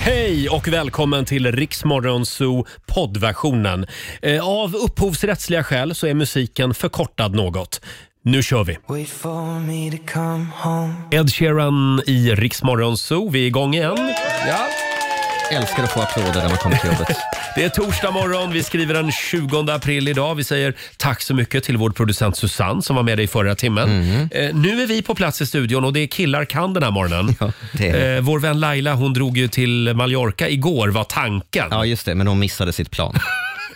Hej och välkommen till Riksmorgonzoo poddversionen. Eh, Av upphovsrättsliga skäl så är musiken förkortad något. Nu kör vi! Wait for me to come home Ed Sheeran i Riksmorgonzoo. Vi är igång igen. Älskar att få applåder när man kommer till jobbet. Det är torsdag morgon. Vi skriver den 20 april idag. Vi säger tack så mycket till vår producent Susanne som var med dig i förra timmen. Mhm. Eh, nu är vi på plats i studion och det är killar kan den här morgonen. det är eh, vår vän Laila hon drog ju till Mallorca igår var tanken. Ja, just det, men hon missade sitt plan.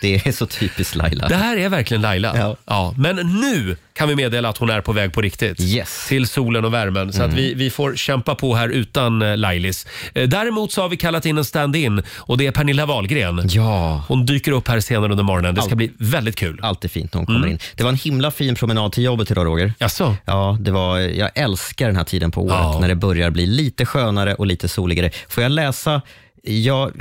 Det är så typiskt Laila. Det här är verkligen Laila. Ja. Ja. Men nu kan vi meddela att hon är på väg på riktigt. Yes. Mm. Till solen och värmen. Så att vi, vi får kämpa på här utan eh, Lailis. Eh, Däremot så har vi kallat in en stand-in och det är Pernilla Wahlgren. Ja, Hon dyker upp här senare under morgonen. Det ska Allt. bli väldigt kul. alltid fint när hon kommer in. Det var en himla fin promenad till jobbet idag Roger. Jaså? Ja, det var, jag älskar den här tiden på året Ja. när det börjar bli lite skönare och lite soligare. Får jag läsa jag,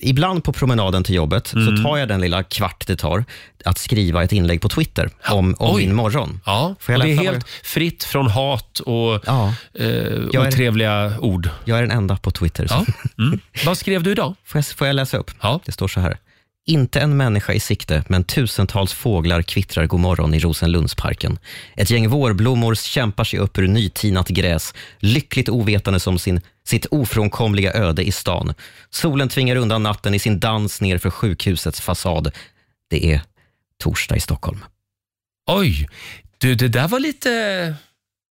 ibland på promenaden till jobbet så tar jag den lilla kvart det tar att skriva ett inlägg på Twitter om, om Oj. min morgon. Ja, Får jag och det är läsa vad helt fritt från hat och Ja. eh, Jag är- otrevliga ord. Jag är den enda på Twitter. Ja. Mm. Vad skrev du idag? Får jag, får jag läsa upp? Ja. Det står så här. Inte en människa i sikte, men tusentals fåglar kvittrar god morgon i Rosenlundsparken. Ett gäng vårblommor kämpar sig upp ur nytinat gräs, lyckligt ovetande om sin, sitt ofrånkomliga öde i stan. Solen tvingar undan natten i sin dans ner för sjukhusets fasad. Det är torsdag i Stockholm. Oj, du det där var lite,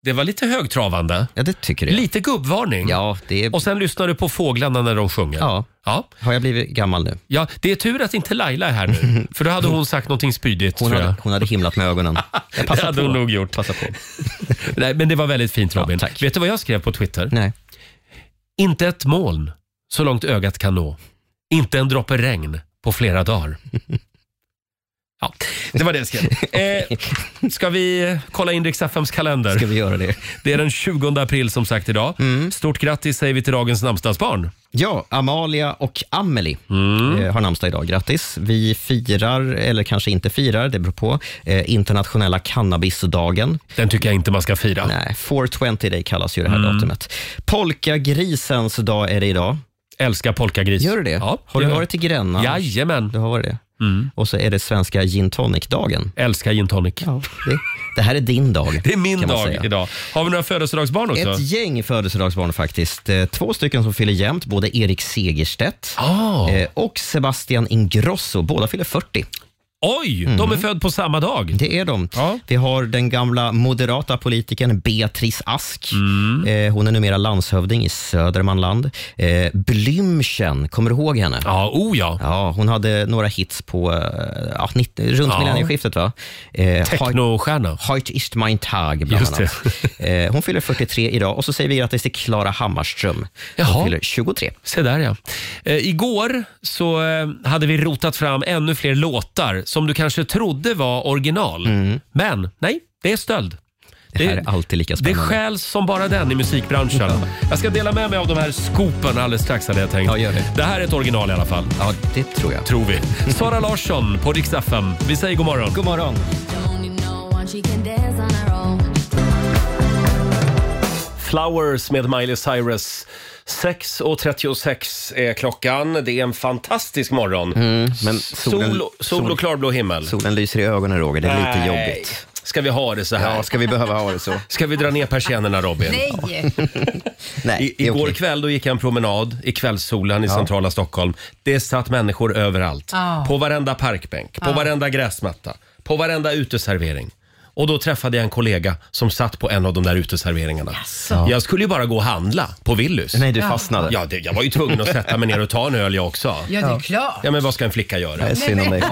det var lite högtravande. Ja, det tycker jag. Lite gubbvarning. Ja, det är, Och sen lyssnar du på fåglarna när de sjunger. ja, Ja. har jag blivit gammal nu? Ja, det är tur att inte Laila är här nu, för då hade hon sagt någonting spydigt. Hon tror jag. hade, hon hade himlat med ögonen. Jag Det passar hade på. hon nog gjort. Passar på. Nej, men det var väldigt fint Robin. Ja, tack. Vet du vad jag skrev på Twitter? Nej. Inte ett moln så långt ögat kan nå. Inte en droppe regn på flera dagar. Ja, det var det jag skrev. Eh, ska vi kolla in Rix FMs kalender? Ska Mm. vi göra det? Det är den 20 april som sagt idag. Stort grattis säger vi till dagens namnsdagsbarn. Ja, Amalia och Amelie eh, har namnsdag idag. Grattis. Vi firar, eller kanske inte firar, det beror på, eh, internationella cannabisdagen. Den tycker jag inte man ska fira. Nej, 420 day kallas ju det här datumet. Polkagrisens dag är det idag. Älskar polkagris. Gör du det? Ja, har du Mm. gör jag. varit i Gränna? Jajamän. Du har varit det. Och så är det svenska gin tonic-dagen. Älskar gin tonic. Ja, det, det här är din dag. Det är min kan man dag säga. idag. Har vi några födelsedagsbarn också? Ett gäng födelsedagsbarn faktiskt. Eh, Två stycken som fyller jämnt, både Erik Segerstedt Ah, eh, och Sebastian Ingrosso. Båda fyller 40. oj, de Mm. är född på samma dag. Det är de. Ja. Vi har den gamla moderata politikern Beatrice Ask. Mm. Eh, hon är numera landshövding i Södermanland. Eh, Blümchen, kommer du ihåg henne? Ja, oh ja. Ja, hon hade några hits på, eh, ja, 90, runt Ja. millennieskiftet. va? Eh, Technostjärna. Heut ist mein Tag, bland Just det. annat. Eh, hon fyller 43 idag och så säger vi grattis till Klara Hammarström. Jaha. Hon fyller 23. Se där ja. Eh, igår så eh, hade vi rotat fram ännu fler låtar som du kanske trodde var original. Men nej, det är stöld. Mm. Det här är alltid lika Det spännande. stjäls som bara den i musikbranschen. Jag ska dela med mig av de här skopen alldeles strax hade jag tänkt. Ja, gör det. det här är ett original i alla fall. ja, det tror jag. Tror vi. Sara Larsson på Rix FM. Vi säger god morgon. God morgon. Don't you know why she can dance on her own? Flowers med Miley Cyrus. 6.36 är klockan. Det är en fantastisk morgon. Men Mm, solen, sol, sol, och klarblå himmel. solen lyser i ögonen, Roger. Det är lite Nej. jobbigt. Ska vi ha det så här? Ja, ska vi behöva ha det så? Ska vi dra ner persiennerna Robin? Nej! Nej, I, det är igår okej. kväll då gick jag en promenad i kvällssolen i centrala Stockholm. Det satt människor överallt. På varenda parkbänk, på varenda gräsmatta, på varenda uteservering. Och då träffade jag en kollega som satt på en av de där uteserveringarna. Jag skulle ju bara gå och handla på Willys. Nej, du fastnade. Eh, Ja, det, jag var ju tvungen att sätta mig ner och ta en öl jag också. Ja, det är klart. Ja, men vad ska en flicka göra? Det är synd om dig.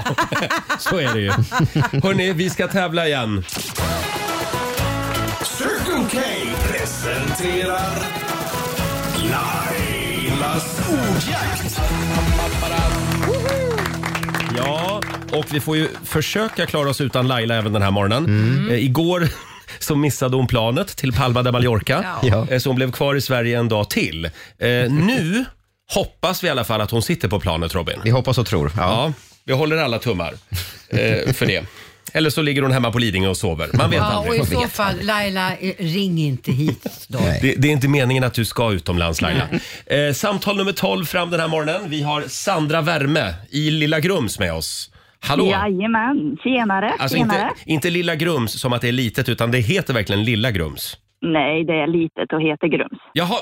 Så är det ju. Hörni, vi ska tävla igen. Circle K presenterar Lailas ordjakt. Ja, och vi får ju försöka klara oss utan Laila även den här morgonen. Eh, igår så missade hon planet till Palma de Mallorca, Ja. Eh, så hon blev kvar i Sverige en dag till. Eh, nu hoppas vi i alla fall att hon sitter på planet, Robin. Vi hoppas och tror. Ja. Ja, vi håller alla tummar eh, för det. Eller så ligger hon hemma på Lidingö och sover. Man vet Ja, och aldrig. i så fall, Laila, eh, ring inte hit då. Det, det är inte meningen att du ska utomlands Laila. Eh, samtal nummer 12 fram den här morgonen. Vi har Sandra Värme i Lilla Grums med oss. Hallå! Jajamän, tjenare, Alltså tjenare. inte, inte Lilla Grums som att det är litet utan det heter verkligen Lilla Grums. Nej, det är litet och heter Grums. Jaha!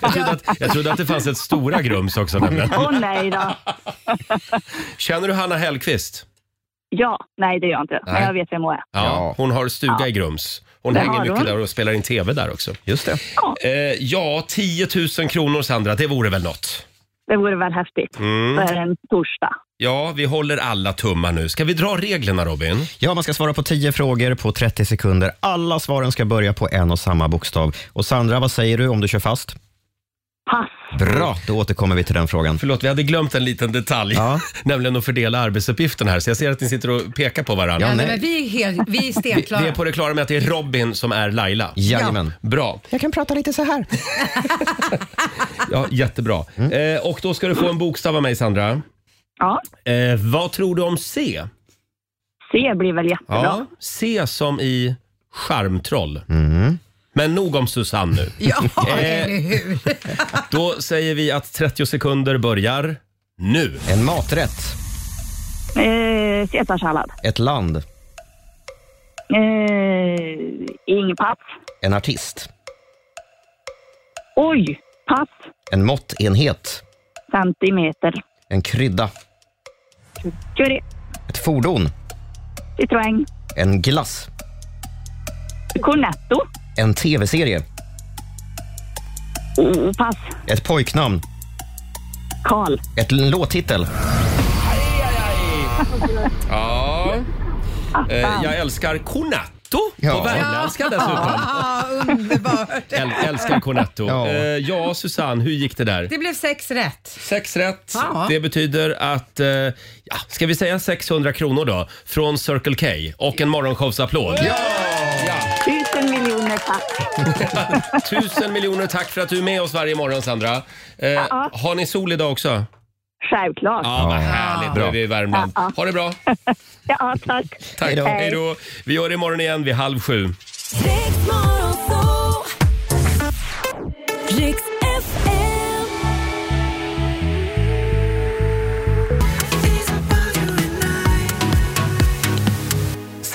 jag, trodde att, jag trodde att det fanns ett Stora Grums också nämligen. Åh nej då. Känner du Hanna Hellqvist? Ja, nej det gör jag inte. Men Nej. jag vet vem hon är. Ja, hon har stuga i Grums. Hon Det hänger har mycket hon. där och spelar in TV där också. Just det. Eh, ja, 10 000 kronor Sandra, det vore väl något. Det vore väl häftigt. Mm. Det är en torsdag. Ja, vi håller alla tummar nu. Ska vi dra reglerna Robin? Ja, man ska svara på 10 frågor på 30 sekunder. Alla svaren ska börja på en och samma bokstav. Och Sandra, vad säger du om du kör fast? Pass. Bra, då återkommer vi till den frågan. Förlåt, vi hade glömt en liten detalj. Ja. Nämligen att fördela arbetsuppgiften här. Så jag ser att ni sitter och pekar på varandra. Ja, nej, nej. men vi är, helt, vi är Vi, stenklara. vi är på det klara med att det är Robin som är Laila. Jajamän. Bra. Jag kan prata lite så här. Ja, jättebra. Eh, och då ska du få en bokstav av mig, Sandra. Ja, Eh, vad tror du om C? C blir väl jättebra. Ja, C som i charmtroll. Men nog om Susanne nu. Ja, eller hur? Då säger vi att 30 sekunder börjar nu. En maträtt, Eh, Caesarsallad. ett land, Eh, ing, pass. en artist, Oj, pass. en måttenhet, 50 meter. en krydda, Curry, ett fordon, Citroën, en glass, Cornetto. en tv-serie, Oh, pass. ett pojknamn, Karl. ett l- låttitel. Ja. Eh, jag älskar Cornetto Ah. Ja. Ah, på värmländska dessutom. Ja, underbart. Äl, älskar Cornetto. Ja. Ja. ja, Susanne, hur gick det där? Det blev sex rätt. Sex rätt. Ja. Det betyder att, eh, ja, ska vi säga 600 kronor då? Från Circle K och en morgonshowsapplåd. Tusen miljoner tack. Tusen miljoner tack för att du är med oss varje morgon Sandra. Eh, Har ni sol idag också? Ja, Självklart. vad härligt. Nu är vi i Värmland. Ha det bra. Ja, tack. Tack. Hej då. Hej då. Vi gör det imorgon igen vid halv sju. Riks Morgonzoo. Riks FM.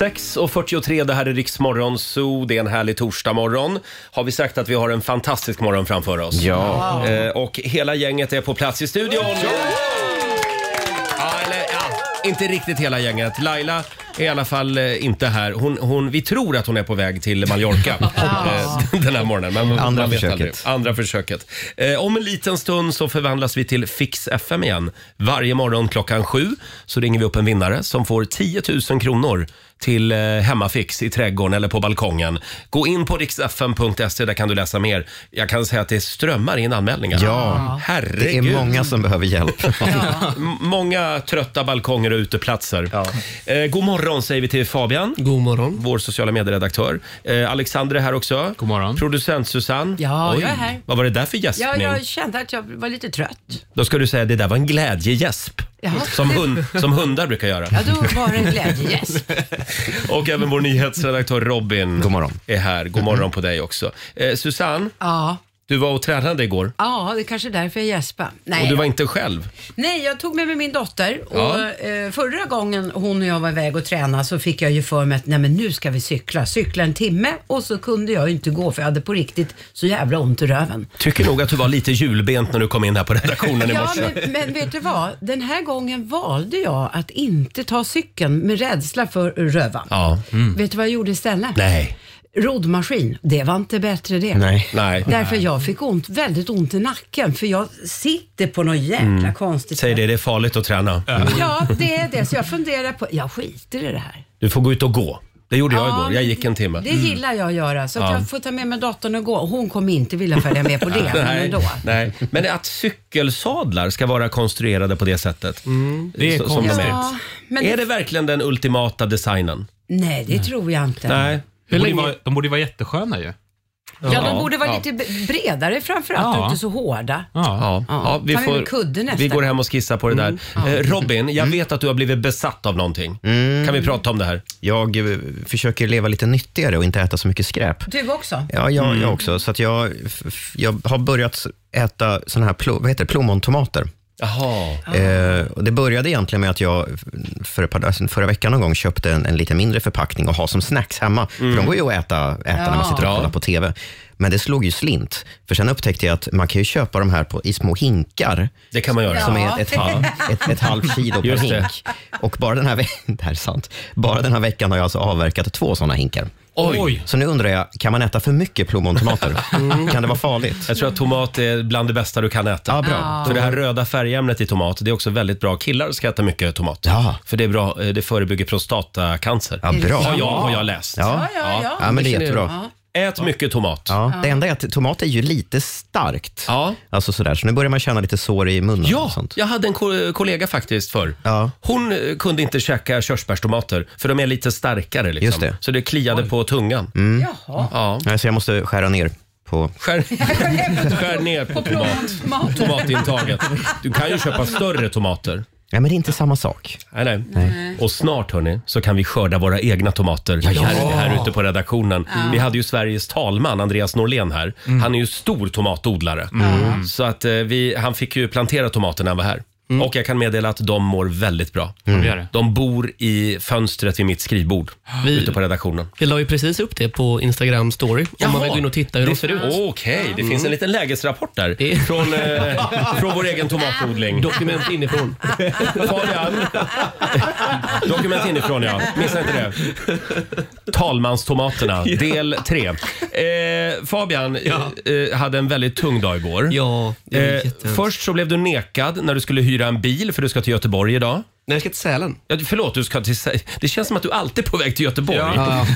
Riks 6.43, det här är Riksmorgon Zoo. Det är en härlig torsdagmorgon. Har vi sagt att vi har en fantastisk morgon framför oss? Ja. Eh, och hela gänget är på plats i studion. Ja, eller, ja, inte riktigt hela gänget. Laila är i alla fall eh, inte här. Hon, hon, vi tror att hon är på väg till Mallorca eh, den här morgonen. Men man- Andra man vet försöket. aldrig. Andra försöket. Eh, om en liten stund så förvandlas vi till Fix FM igen. Varje morgon klockan sju så ringer vi upp en vinnare som får 10 000 kronor till eh, hemmafix i trädgården eller på balkongen. Gå in på riksfm.se, där kan du läsa mer. Jag kan säga att det strömmar in anmälningar. Ja. herregud. Det är många som behöver hjälp. M- många trötta balkonger och uteplatser. Eh, god morgon säger vi till Fabian, God morgon. vår sociala medieredaktör. Eh, Alexander är här också. God morgon. Producent Susanne. Ja, jag är här. Vad var det där för Ja, gäspning? jag kände att jag var lite trött. Då ska du säga det där var en glädjegäsp. Jaha. Som, hund, som hundar brukar göra. Ja, då var det en glädjegäsp. Och även vår nyhetsredaktör Robin God morgon. är här. God morgon på dig också. Eh, Susanne, Ja. du var och tränade igår ja, det är kanske är därför jag gäspar. Nej, och du var inte själv. Nej, jag tog med mig min dotter och Ja. eh, förra gången hon och jag var iväg och tränade så fick jag ju för mig att nej men nu ska vi cykla, cykla en timme och så kunde jag ju inte gå för jag hade på riktigt så jävla ont i röven. Tycker nog att du var lite julbent när du kom in här på redaktionen i Ja, morse. men, men vet du vad? Den här gången valde jag att inte ta cykeln med rädsla för rövan. Ja. Vet du vad jag gjorde istället? Nej. Roddmaskin, det var inte bättre det. Nej. Nej. Därför jag fick ont, väldigt ont i nacken för jag sitter på något jäkla konstigt Säg det, det är farligt att träna. Ja, det är det. Så jag funderar på, jag skiter i det här. Du får gå ut och gå. Det gjorde jag igår. men Jag gick en timme. Mm. Det gillar jag att göra, så att jag får ta med mig datorn och gå. Hon kommer inte vilja följa med på det, men Nej, ändå. nej, men att cykelsadlar ska vara konstruerade på det sättet. Det är så- som de konstigt. är. Ja, men Är det verkligen den ultimata designen? Nej, det tror jag inte. Nej. Hur länge? De borde ju vara jättesköna ju. Ja, de borde vara Ja. lite b- bredare framförallt Ja. och inte så hårda. Ja, ja, vi, Ta med en kudde nästa får, Mm. vi går gång. hem och skissar på det där. Eh, Robin, jag vet att du har blivit besatt av någonting. Kan vi prata om det här? Jag eh, försöker leva lite nyttigare och inte äta så mycket skräp. Du också? Ja, jag, Mm. jag också. Så att jag, f- f- jag har börjat äta såna här plo, vad heter det, plommontomater. Jaha. Eh, och det började egentligen med att jag f- för ett par, alltså förra veckan någon gång köpte en, en lite mindre förpackning och ha som snacks hemma. För de går ju att äta, äta när man sitter och Mm. Ja. kollar på TV. Men det slog ju slint. För sen upptäckte jag att man kan ju köpa de här på, i små hinkar. Det kan man göra. Som är ett, halv, ett, ett halvt kilo per Just det. hink. Och bara den, här ve- det här är sant. bara den här veckan har jag alltså avverkat två såna hinkar. Oj. Så nu undrar jag, kan man äta för mycket plommontomater? Kan det vara farligt? Jag tror att tomat är bland det bästa du kan äta. Ja, bra. För det här röda färgämnet i tomat, det är också väldigt bra. Killar ska äta mycket tomat. Ja. För det, är bra, eh, det förebygger prostatacancer. Ja, bra. Har, jag, har jag läst. Ja, ja, ja. ja men det är jättebra. Ät mycket tomat. Ja. Det enda är att tomat är ju lite starkt. Ja. Alltså sådär, så nu börjar man känna lite sår i munnen. Ja, och sånt. jag hade en ko- kollega faktiskt förr. Ja. Hon eh, kunde inte käka körsbärstomater för de är lite starkare. Liksom. Just det. Mm. Så det kliade på tungan. Jaha. Ja. Nej, Så jag måste skära ner på... Skär, skär ner på tomat, Mat. tomatintaget. Du kan ju köpa större tomater. Ja, men det är inte samma sak. Nej, nej. Och snart hörni, så kan vi skörda våra egna tomater här, här ute på redaktionen. Vi hade ju Sveriges talman Andreas Norlén här. Han är ju stor tomatodlare. Så att eh, vi, han fick ju plantera tomater när han var här. Och jag kan meddela att de mår väldigt bra. De gör det. De bor i fönstret vid mitt skrivbord ute på redaktionen. Vi la ju precis upp det på Instagram story om man vill gå in och titta hur de ser ut. Mm. Okej, det finns en liten lägesrapport där från, eh, från vår egen tomatodling. Dokument inifrån. Fabian. Dokument inifrån ja, missa inte det. Talmanstomaterna, del 3. Eh, Fabian eh, eh, hade en väldigt tung dag igår. Ja, det är Eh, jättehemskt. först så blev du nekad när du skulle hyra en bil för du ska till Göteborg idag. Nej, jag ska till Sälen. Ja, förlåt, du ska till, Sä- det känns som att du alltid är på väg till Göteborg.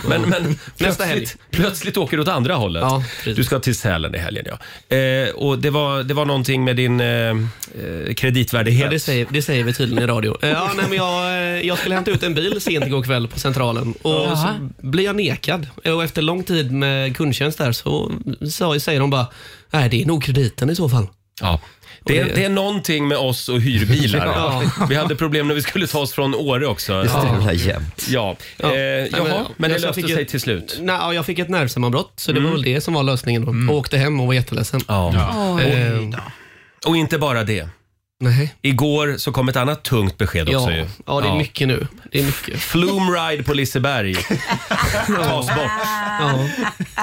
Men, men helg. plötsligt, plötsligt åker du åt andra hållet. Ja, precis. du ska till Sälen i helgen. Ja. Eh, och det var, det var någonting med din eh, eh, kreditvärdighet. Ja, det, säger, det säger vi tydligen i radio. Eh, Ja, nej, men jag, eh, jag skulle hämta ut en bil sent igår kväll på Centralen och så blir jag nekad. Eh, Och efter lång tid med kundtjänst där så sa- säger de bara Nej, det är nog krediten i så fall. Ja. Det, är, det- det är någonting med oss och hyrbilar. Ja. Vi hade problem när vi skulle ta oss från Åre också. Strular jämt. Ja. Eh, Nej, jaha, men, det jag löste fick sig ett- till slut. Nej, ja, jag fick ett nervsammanbrott, så det var väl det som var lösningen. Då. Och åkte hem och var jätteledsen. Ja. Eh, Och inte bara det. nej. Igår så kom ett annat tungt besked också Ja. ju. ja, det är mycket nu. Det är mycket. Flume Ride på Liseberg tas bort. Ja.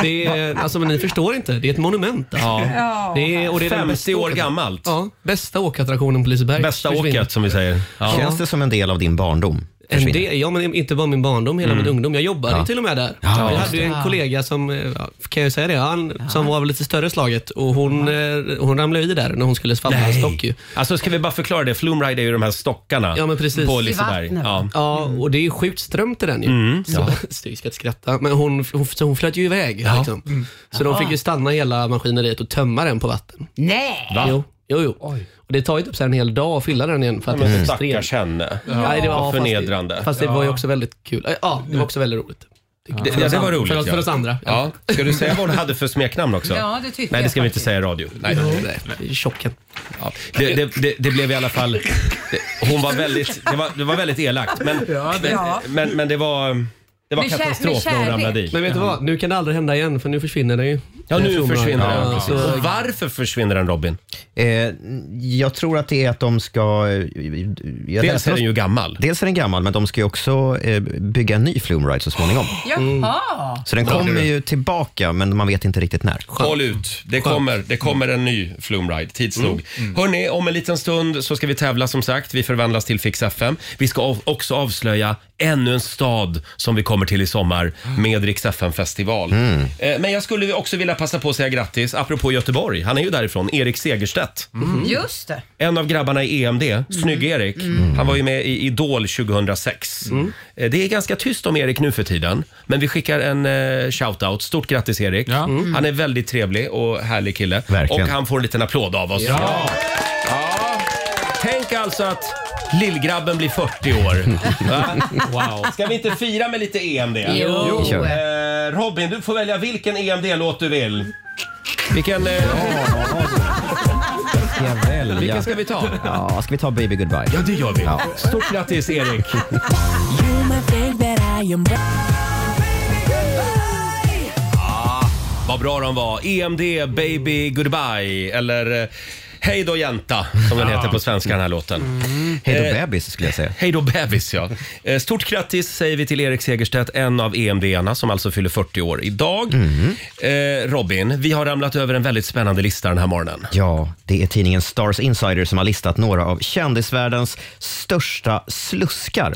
Det är, alltså, men ni förstår inte, det är ett monument. Alltså. Det är, och det är den bästa 50 år åk- gammalt. Ja, bästa åkattraktionen på Liseberg. Bästa försvinner. åket som vi säger. Ja. Känns det som en del av din barndom? En Försvinner. del, ja, men inte bara min barndom, hela Mm. min ungdom. Jag jobbade ju till och med där. jag hade ju en kollega som, eh, ja, kan jag säga det, han, som var av lite större slaget och hon, eh, hon ramlade i där när hon skulle svamla en stock. Ju. Alltså ska vi bara förklara det? Flume Ride är ju de här stockarna Ja, men precis. på I Liseberg. vattnet. Ja. Ja, och det är ju sjukt strömt i den ju. Mm, så, så vi ska inte skratta. Men hon, hon, så hon flöt ju iväg. Liksom. Så de fick ju stanna hela maskineriet och tömma den på vatten. Nej! Va? Jo, jo. jo. Och det tar ju typ så här en hel dag att fylla den igen för att den är extremt Stackars henne. Nej, det var Vad fast det- förnedrande. Fast det var ju också väldigt kul. Ja, det var också väldigt roligt. Det, ja, det var roligt. För oss, ja. för oss andra. Ja. Ska du säga vad hon hade för smeknamn också? Ja, det tycker Nej, det ska jag vi inte faktiskt. säga i radio. Nej. Nej, Tjocken. Ja. Det, det, det, det blev i alla fall... Det, hon var väldigt... Det var, det var väldigt elakt, men, Ja. men, men, men det var... Det var Med kär- med katastrof när hon kärlek. ramlade i. Men vet du vad? Nu kan det aldrig hända igen för nu försvinner den ju. Ja, nu försvinner den. Så, Och varför försvinner den, Robin? Eh, jag tror att det är att de ska... eh, Jag Dels läste är den något- ju gammal. Dels är den gammal, men de ska ju också eh, bygga en ny Flume Ride så småningom. Mm. Jaha! Så den kommer ju tillbaka, men man vet inte riktigt när. Håll ut. Det kommer, det kommer en ny Flumride, tids nog. Hörni, om en liten stund så ska vi tävla som sagt. Vi förvandlas till Fix FM. Vi ska av- också avslöja ännu en stad som vi kommer till i sommar med Rix FM-festival. Eh, Men jag skulle också vilja passa på att säga grattis, apropå Göteborg. Han är ju därifrån, Erik Segerstedt. Just det. En av grabbarna i E EMD, Snygg-Erik. Han var ju med i Idol 2006. Eh, Det är ganska tyst om Erik nu för tiden, men vi skickar en eh, shout-out. Stort grattis Erik. Mm. Ja. Han är väldigt trevlig och härlig kille. Verkligen. Och han får en liten applåd av oss. Ja. Tänk alltså att lillgrabben blir 40 år. Va? Ska vi inte fira med lite E EMD? Jo. Jo. Eh, Eh, Robin, du får välja vilken EMD-låt du vill. Vilken... Eh, Ska jag välja? Vilken ska vi ta? Ja, ska vi ta Baby Goodbye? Ja, det gör vi. Stort grattis, Erik. You my favorite, I am Vad bra de var. EMD, Baby Goodbye eller eh, Hej då jänta, som den heter på svenska den här låten. Hej då Eh, bebis skulle jag säga. Hej då bebis ja. Eh, Stort grattis säger vi till Erik Segerstedt, en av EMD-arna som alltså fyller 40 år idag. Mm. Eh, Robin, vi har ramlat över en väldigt spännande lista den här morgonen. Ja, det är tidningen Stars Insider som har listat några av kändisvärldens största sluskar.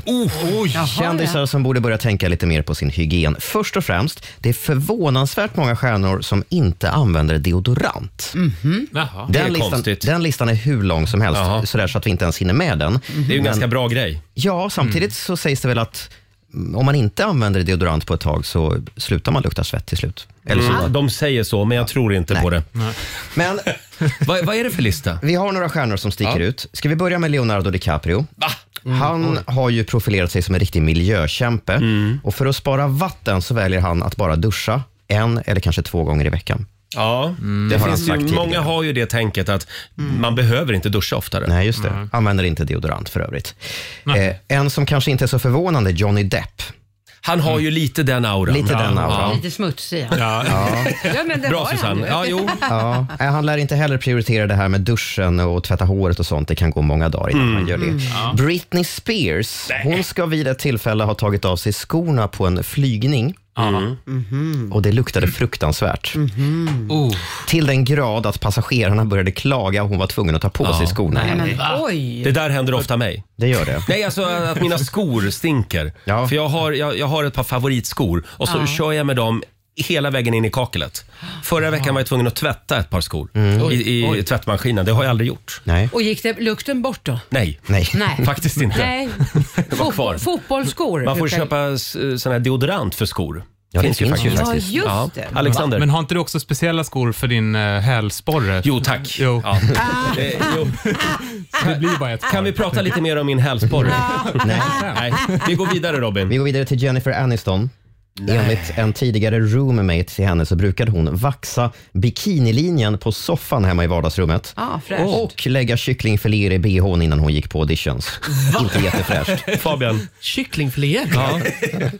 Jaha, Kändisar som borde börja tänka lite mer på sin hygien. Först och främst, det är förvånansvärt många stjärnor som inte använder deodorant. Jaha. Mm. Det är Den, listan, konstigt. den listan är hur lång som helst, Jaha. sådär så att vi inte ens hinner med den. Det är ju en ganska bra grej. Ja, samtidigt Mm. så sägs det väl att mm, om man inte använder deodorant på ett tag så slutar man lukta svett till slut. Eh, Eller så. Mm. De säger så, men jag tror inte på det. Men Vad, vad är det för lista? vi har några stjärnor som sticker Ja. ut. Ska vi börja med Leonardo DiCaprio? Va? Mm, Han har ju profilerat sig som en riktig miljökämpe Mm. och för att spara vatten så väljer han att bara duscha en eller kanske två gånger i veckan. Ja, Mm, det, Det har finns han ju, sagt många tidigare. Mm. har ju det tänket att man behöver inte duscha oftare. Nej, just det. Använder inte deodorant för övrigt. Eh, en som kanske inte är så förvånande, Johnny Depp. Han har ju lite den auran. Mm. Lite den auran. Lite smutsig. Ja. Ja. men det Bra har han Susanne. ju. Ja, jo. Ja, eh, han lär inte heller prioritera det här med duschen och tvätta håret och sånt. Det kan gå många dagar innan man gör det. Britney Spears, hon ska vid ett tillfälle ha tagit av sig skorna på en flygning. Och det luktade fruktansvärt. Till den grad att passagerarna började klaga och hon var tvungen att ta på sig skorna. Nej, igen. men, oj. Det där händer ofta mig. Det gör det. Nej, alltså att mina skor stinker. Ja. För jag har, jag, jag har ett par favoritskor och så kör jag med dem hela vägen in i kaklet. Förra veckan var jag tvungen att tvätta ett par skor i, i tvättmaskinen. Det har jag aldrig gjort. Nej. Och gick det lukten bort då? Nej, Nej. Nej. faktiskt inte. Nej. var kvar. Fotbo- Fotbollsskor. Man får brukar- köpa s- sån här deodorant för skor. Ja, det finns ju Ja, faktiskt. just Ja. det. Alexander? Men har inte du också speciella skor för din uh, hälsporre? Jo tack. Jo. Ja. Eh, jo. Det blir bara ett par. Kan vi prata lite mer om min hälsporre? Nej. Nej, vi går vidare Robin. Vi går vidare till Jennifer Aniston. Enligt en tidigare roommate till henne så brukade hon vaxa bikinilinjen på soffan hemma i vardagsrummet. Ja, fräscht. Och lägga kycklingfiléer i bhn innan hon gick på auditions. Inte jättefräscht. Fabian. Kycklingfiléer?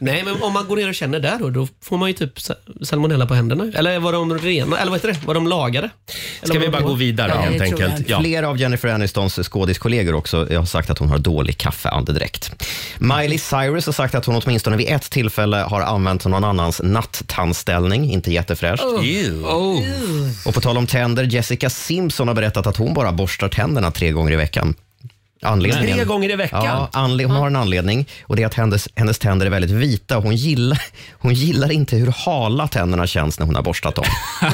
Nej, men om man går ner och känner där då, då får man ju typ sa- salmonella på händerna. Eller var de rena? Eller vad heter det? Var de lagade? Eller Ska var vi de bara rå? gå vidare Ja, helt det tror jag. enkelt? Ja. Flera av Jennifer Anistons skådiskollegor också eh, har sagt att hon har dålig kaffeandedräkt. Miley Cyrus har sagt att hon åtminstone vid ett tillfälle har använt någon annans nattandställning. Inte jättefräscht. Ew. Och på tal om tänder, Jessica Simpson har berättat att hon bara borstar tänderna tre gånger i veckan. Anledningen? Tre gånger i veckan? Ja, anle- hon har en anledning och det är att hennes, hennes tänder är väldigt vita. Hon gillar, hon gillar inte hur hala tänderna känns när hon har borstat dem.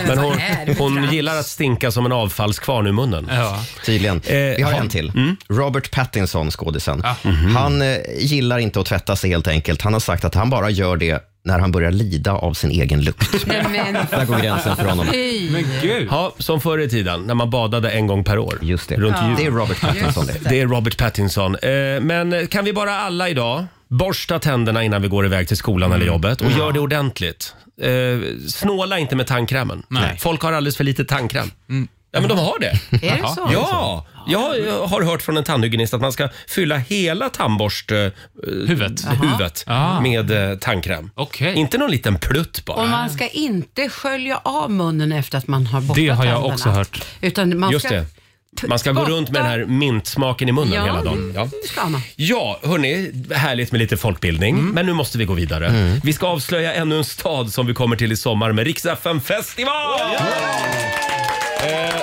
Men hon, är det för hon trams? gillar att stinka som en avfallskvarn ur munnen. Ja. Tydligen. Eh, Ah, Vi har har- en till. Robert Pattinson, skådisen. mhm. Han eh, gillar inte att tvätta sig helt enkelt. Han har sagt att han bara gör det när han börjar lida av sin egen lukt. Nej, men Där går gränsen för honom. fy. Gud. Ja, som förr i tiden när man badade en gång per år. Just det. Runt jul. Det är Robert Pattinson det. Det är Robert Pattinson. Eh, Men kan vi bara alla idag borsta tänderna innan vi går iväg till skolan eller jobbet och gör det ordentligt. Eh, Snåla inte med tandkrämen. Nej. Folk har alldeles för lite tandkräm. Ja, men de har det. Är det så? Ja, jag jag har hört från en tandhygienist att man ska fylla hela tandborsthuvudet Huvudet. huvudet Ah. med eh, tandkräm. Okej. Inte någon liten plutt bara. Och man ska inte skölja av munnen efter att man har borstat Det har jag tänderna. också hört. Utan man Just ska det. Man ska gå spotta- runt med den här mintsmaken i munnen Ja, hela dagen. Ja. det ska man. Ja, hörni, härligt med lite folkbildning. Men nu måste vi gå vidare. Vi ska avslöja ännu en stad som vi kommer till i sommar med Rix FM festival! Eh,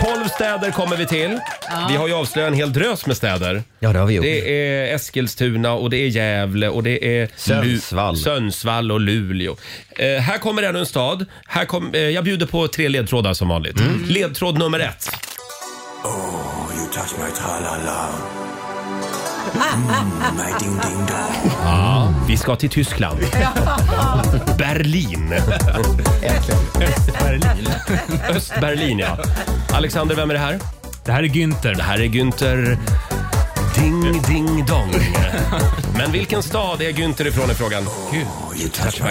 12 städer kommer vi till. Vi har ju avslöjat en hel drös med städer. Ja, det har vi gjort. Det är Eskilstuna och det är Gävle och det är Lu- Sundsvall. Sundsvall och Luleå. Eh, här kommer ännu en stad. Här kom, eh, jag bjuder på tre ledtrådar som vanligt. Ledtråd nummer ett. Oh, you touch my tralala. Mm, my ding ding dong. Vi ska till Tyskland. Berlin. Östberlin. Östberlin, ja. Alexander, vem är det här? Det här är Günther. Det här är Günther Ding, ding, dong. Men vilken stad är Günther ifrån i frågan?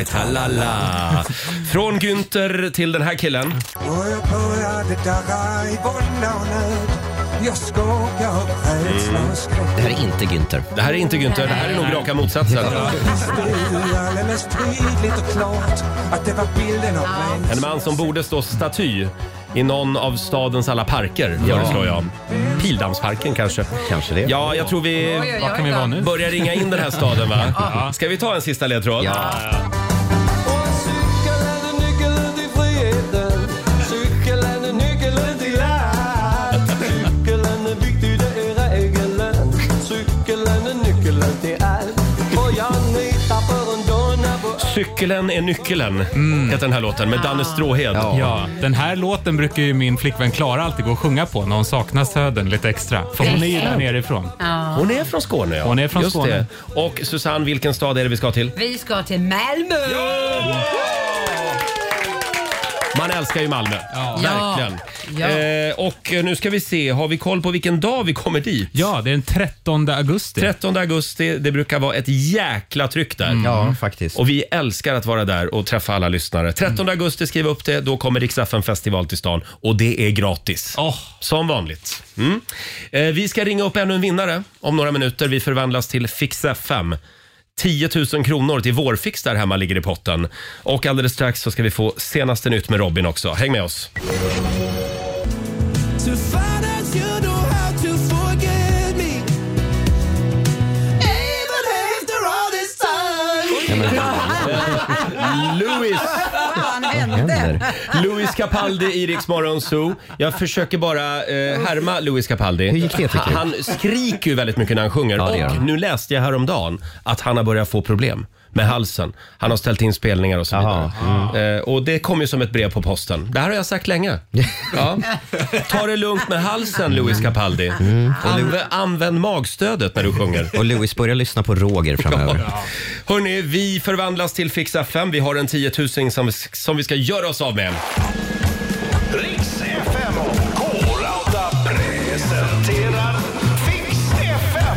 Talala. Från Günther till den här killen. Når jeg prøver det dager i bunden af nat, jeg skugger op rædslens krig. Det här är inte Günther. Det här är inte Günther, det här är nog raka motsatsen. Spillerne strideligt og klart, og det var bilden af mand. En man som borde stå staty i någon av stadens alla parker, föreslår jag. Pildamsparken kanske. Kanske det. Ja, jag tror vi Oj, oj, Var kan vi vara nu? börjar ringa in den här staden, va? Ska vi ta en sista ledtråd? Ja. Cykeln är nyckeln, heter den här låten med Danne Stråhed. Ja, den här låten brukar ju min flickvän Klara alltid gå och sjunga på när hon saknar Södern lite extra. För hon är ju där nerifrån. Hon är från Skåne, ja. Hon är från Just Skåne. Det. Och Susanne, vilken stad är det vi ska till? Vi ska till Malmö! Man älskar ju Malmö. Verkligen. Ja. Eh, och nu ska vi se, har vi koll på vilken dag vi kommer dit? Ja, det är den 13 augusti. 13 augusti, det brukar vara ett jäkla tryck där. Ja, faktiskt. Och vi älskar att vara där och träffa alla lyssnare. 13 augusti, skriv upp det. Då kommer Rix FM festival till stan och det är gratis. Åh. Som vanligt. Mm. Eh, vi ska ringa upp ännu en vinnare om några minuter. Vi förvandlas till Fix FM. 10 000 kronor till vårfix där hemma ligger i potten. Och alldeles strax så ska vi få senaste nytt med Robin också. Häng med oss. To find out you know how to forget me. Even after all this time. Louis, Vad fan hände? Louis Capaldi i Rix Morgon Zoo. Jag försöker bara eh, härma Louis Capaldi. Hur gick det, tycker han, du? han skriker ju väldigt mycket när han sjunger. Ja, det gör och han. nu läste jag häromdagen att han har börjat få problem med halsen. Han har ställt in spelningar och så vidare. Jaha. Mm. Eh, och det kom ju som ett brev på posten. Det här har jag sagt länge. Ja. Ta det lugnt med halsen Louis Capaldi. Mm. Anv- använd magstödet när du sjunger. Och Louis, börja lyssna på Roger framöver. Hörni, vi förvandlas till Fix FM. Vi har en 10 000 som, vi- som vi ska göra oss av med. Riks FM och K-Rauta presenterar Fix FM.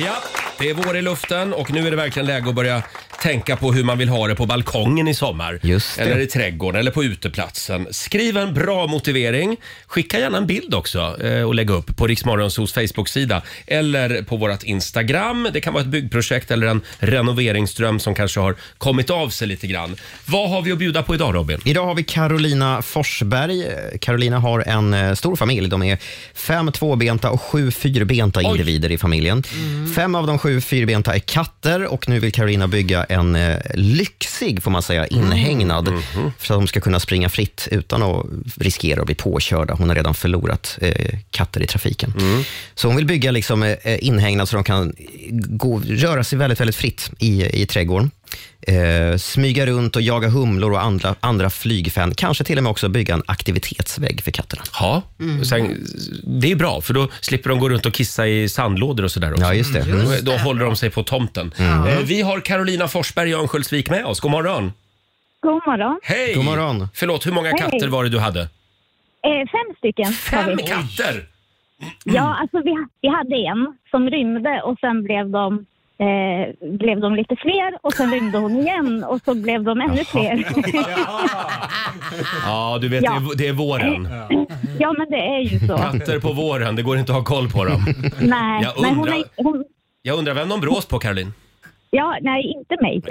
Ja, det är vår i luften och nu är det verkligen läge att börja tänka på hur man vill ha det på balkongen i sommar. Just det. Eller i trädgården eller på uteplatsen. Skriv en bra motivering. Skicka gärna en bild också eh, och lägg upp på Riksmorgonsos Facebook-sida eller på vårt Instagram. Det kan vara ett byggprojekt eller en renoveringsdröm som kanske har kommit av sig lite grann. Vad har vi att bjuda på idag Robin? Idag har vi Carolina Forsberg. Carolina har en eh, stor familj. De är fem tvåbenta och sju fyrbenta individer i familjen. Fem av de sju fyrbenta är katter och nu vill Carolina bygga en eh, lyxig, får man säga, inhägnad för att de ska kunna springa fritt utan att riskera att bli påkörda. Hon har redan förlorat eh, katter i trafiken. Så hon vill bygga liksom, eh, inhägnad så de kan gå, röra sig väldigt, väldigt fritt i, i trädgården eh, smyga runt och jaga humlor och andra, andra flygfän. Kanske till och med också bygga en aktivitetsvägg för katterna. Ja, Mm. sen, det är bra för då slipper de gå runt och kissa i sandlådor och sådär också. Ja, just det. Mm. Då håller de sig på tomten. Eh, Vi har Carolina Forsberg i Örnsköldsvik med oss. God morgon! God morgon. Hej! God morgon. Förlåt, hur många katter var det du hade? Eh, fem stycken har Fem vi. katter! Ja, alltså vi, vi hade en som rymde och sen blev de Eh, blev de lite fler och sen rymde hon igen och så blev de ännu fler. Ja, du vet, Ah. Ja. det är- det är våren. ja men det är ju så. Katter på våren, det går inte att ha koll på dem. Nej, Jag men hon undrar- är, hon, Jag undrar vem de brås på, Caroline? ja, nej inte mig.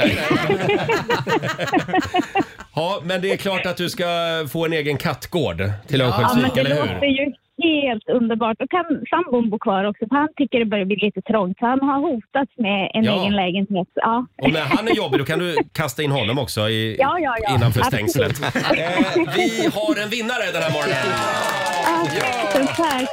Ja, men det är klart att du ska få en egen kattgård till Ja, men Örnsköldsvik, det eller låter hur? ju helt underbart. Då kan sambon bo kvar också, för han tycker det börjar bli lite trångt. Så han har hotats med en Ja. egen lägenhet. Ja, Och när han är jobbig, då kan du kasta in honom också i, Ja, ja, ja. innanför Absolut. stängslet. Eh, vi har en vinnare den här morgonen! ja. tusen tack.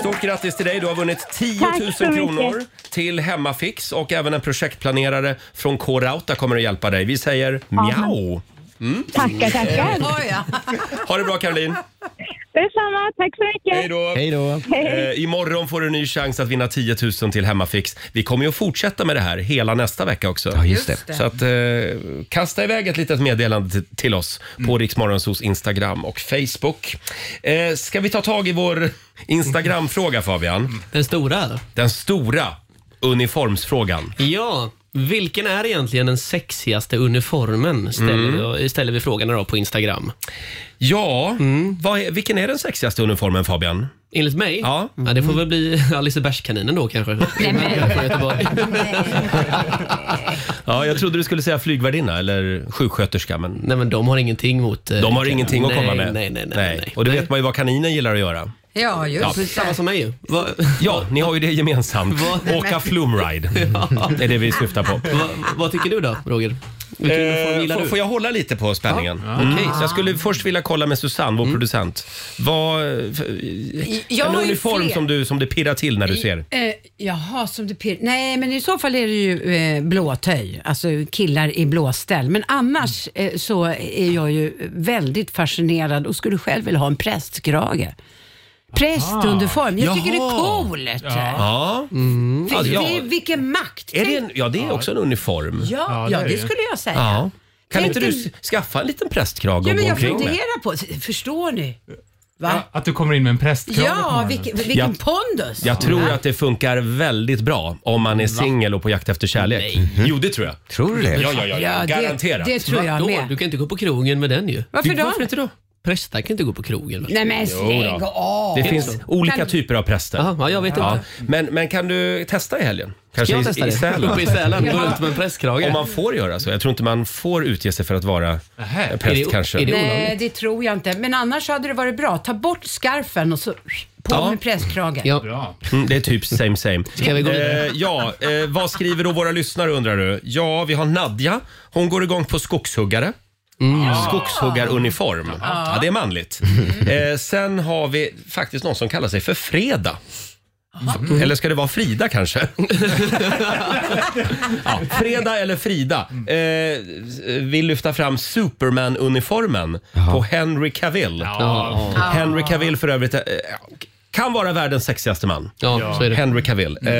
Stort grattis till dig. Du har vunnit 10 Tack 000 så mycket. kronor till Hemmafix och även en projektplanerare från K-Rauta kommer att hjälpa dig. Vi säger mjau. Tackar, tackar. Oj, ja. Ha det bra Caroline. Detsamma, tack så mycket. Hej då. Eh, imorgon får du en ny chans att vinna 10 000 till Hemmafix. Vi kommer ju att fortsätta med det här hela nästa vecka också. Ja, just det. Så att, eh, kasta iväg ett litet meddelande t- till oss Mm. på Riksmorgonsos Instagram och Facebook. Eh, ska vi ta tag i vår Instagram-fråga Mm. Fabian? Den stora eller? Den stora uniformsfrågan. Ja, vilken är egentligen den sexigaste uniformen? Ställer, Mm. vi, ställer vi frågan idag på Instagram. Ja, vad är, vilken är den sexigaste uniformen Fabian? Enligt mig? Ja. ja det får väl bli Alice i Bärskaninen då kanske. Från Göteborg. Ja, jag trodde du skulle säga flygvärdinna eller sjuksköterska. Men... Nej, men de har ingenting mot... eh, De har ingenting att nej, komma med. nej, nej, nej, nej. Och det vet man ju vad kaninen gillar att göra. Ja, just det. Samma som mig ju. Va- Ja, ni har ju det gemensamt. Åka flumride. Det är det vi syftar på. va- vad tycker du då, Roger? Vilken uniform Eh, gillar får, du? får jag hålla lite på spänningen? Mm. Ja. Okej, Mm. så jag skulle först vilja kolla med Susanne, vår producent. Vad, jag en har ju uniform fler. som, du, som det pirrar till när du ser. Eh, jaha, som det pirr... Nej, men i så fall är det ju eh, blåtöj, alltså killar i blåställ. Men annars Mm. eh, så är jag ju väldigt fascinerad och skulle själv vilja ha en prästkrage. Prästunderform, jag tycker det är Jaha. coolt. Ja. Fy- Ja, ja. fy- vilken makt! Är det en, ja, det är också en uniform. Ja, ja, det, skulle jag säga. Ja. Kan Tänk inte du en- s- skaffa en liten prästkrage Ja, men och gå jag omkring med? funderar på, förstår ni? Va? Att du kommer in med en prästkrage på Ja, morgonen. vilken, vilken Jag- pondus! Jag tror Va? att det funkar väldigt bra om man är singel och på jakt efter kärlek. Mhm. Jo, det tror jag. Tror du det? Ja, ja, ja. Ja, det- Garanterat. det tror jag Vadå? med. Du kan inte gå på krogen med den ju. Varför då? Varför inte då? Prästar kan inte gå på krogen. Nej men Jo lägg då. av! Det finns olika typer av präster. Jaha, ja, jag vet Ja. inte. Men, men kan du testa i helgen? Kanske Ska jag i- testa i det? Sälen? Uppe i Sälen, gå runt med en Om prästkrage. man får göra så. Jag tror inte man får utge sig för att vara eh, Är präst det- kanske. är det Nej, olagligt? det tror jag inte. Men annars hade det varit bra. Ta bort scarfen och så på Ja. med presskragen. Ja. Bra. Mm, det är typ same same. Ska vi gå vidare? Eh, ja, eh, vad skriver då våra lyssnare undrar du? Ja, vi har Nadja. Hon går igång på skogshuggare. Mm. Ah. Skogshuggaruniform. Ja. det är manligt. Mm. Eh, sen har vi faktiskt någon som kallar sig för Freda. Eller ska det vara Frida kanske? ja, Freda eller Frida eh, vill lyfta fram Superman-uniformen på Henry Cavill. Ja, Henry Cavill för övrigt eh, kan vara världens sexigaste man. ja, så är det. Henry Cavill. Eh,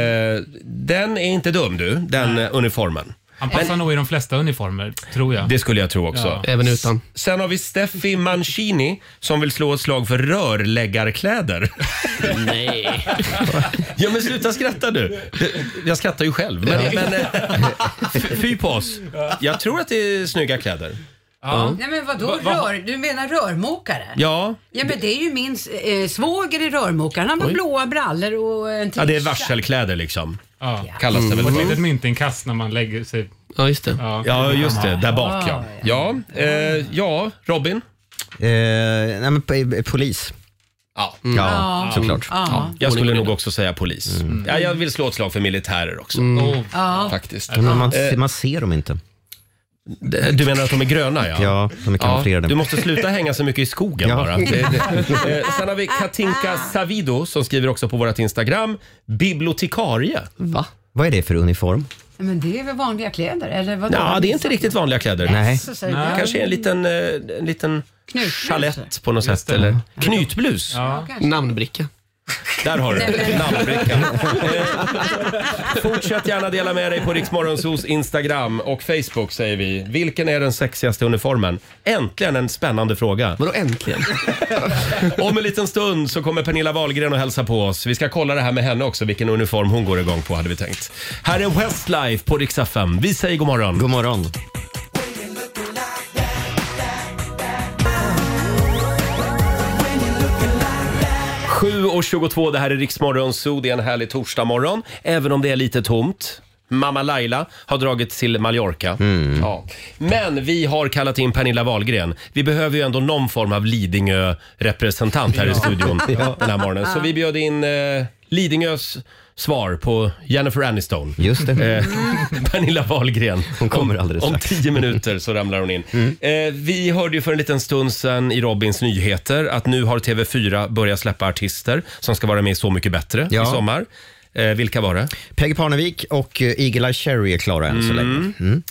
den är inte dum du, den eh, uniformen. Han passar nog i de flesta uniformer, tror jag. Det skulle jag tro också. Ja. Även utan. Sen har vi Steffi Mancini som vill slå ett slag för rörläggarkläder. Nej. Ja men sluta skratta du. Jag skrattar ju själv. Men, men, eh, f- fy på oss. Jag tror att det är snygga kläder. Nej men vadå rör? Du menar rörmokare? Ja, Ja, men det är ju min eh, svåger i rörmokaren. Han har blåa brallor och en ja det är t-shirt. varselkläder liksom. Ja. Kallas det väl. Och Mm. ett litet myntinkast när man lägger sig. Ja, just det. Ja. Ja just det, där bak ja. Ja, eh, ja Robin. Eh, nej, men, p- polis. Mm. Ja. Ja, såklart. Ja. Jag skulle nog också säga polis. Ja, jag vill slå ett slag för militärer också. Oh, Faktiskt. Men man, se- man ser dem inte. Du menar att de är gröna ja? Ja, de är kamouflerade. du måste sluta hänga så mycket i skogen Ja. bara. Det, det. Eh, Sen har vi Katinka Savido som skriver också på vårt Instagram. Bibliotekarie. Va? Vad är det för uniform? Men det är väl vanliga kläder? Eller vadå? Ja, det är inte riktigt vanliga kläder. Nej. Så säger jag. Kanske en liten, eh, en liten Knutblus. chalett på något sätt. Eller knytblus. Namnbricka. Där har du det. namnbrickan. Eh, Fortsätt gärna dela med dig på Riksmorgonsos Instagram och Facebook säger vi. Vilken är den sexigaste uniformen? Äntligen en spännande fråga. Vadå äntligen? Om en liten stund så kommer Pernilla Wahlgren och hälsa på oss. Vi ska kolla det här med henne också, vilken uniform hon går igång på hade vi tänkt. Här är Westlife på Rix FM. Vi säger god morgon. God morgon. Sju och 22, det här är Riksmorgon Zoo. Det är en härlig torsdagmorgon, även om det är lite tomt. Mamma Laila har dragit till Mallorca. Ja. Men vi har kallat in Pernilla Wahlgren. Vi behöver ju ändå någon form av Lidingö-representant här i studion den här morgonen. Så vi bjöd in eh, Lidingös svar på Jennifer Aniston. Just det. Eh, Pernilla Wahlgren. Hon kommer alldeles Om strax. Mm. tio minuter så ramlar hon in. Eh, vi hörde ju för en liten stund sedan i Robins nyheter att nu har TV4 börjat släppa artister som ska vara med i Så mycket bättre Ja. i sommar. Eh, vilka var det? Peggy Parnevik och eh, Eagle-Eye Cherry är klara än så länge. Mm.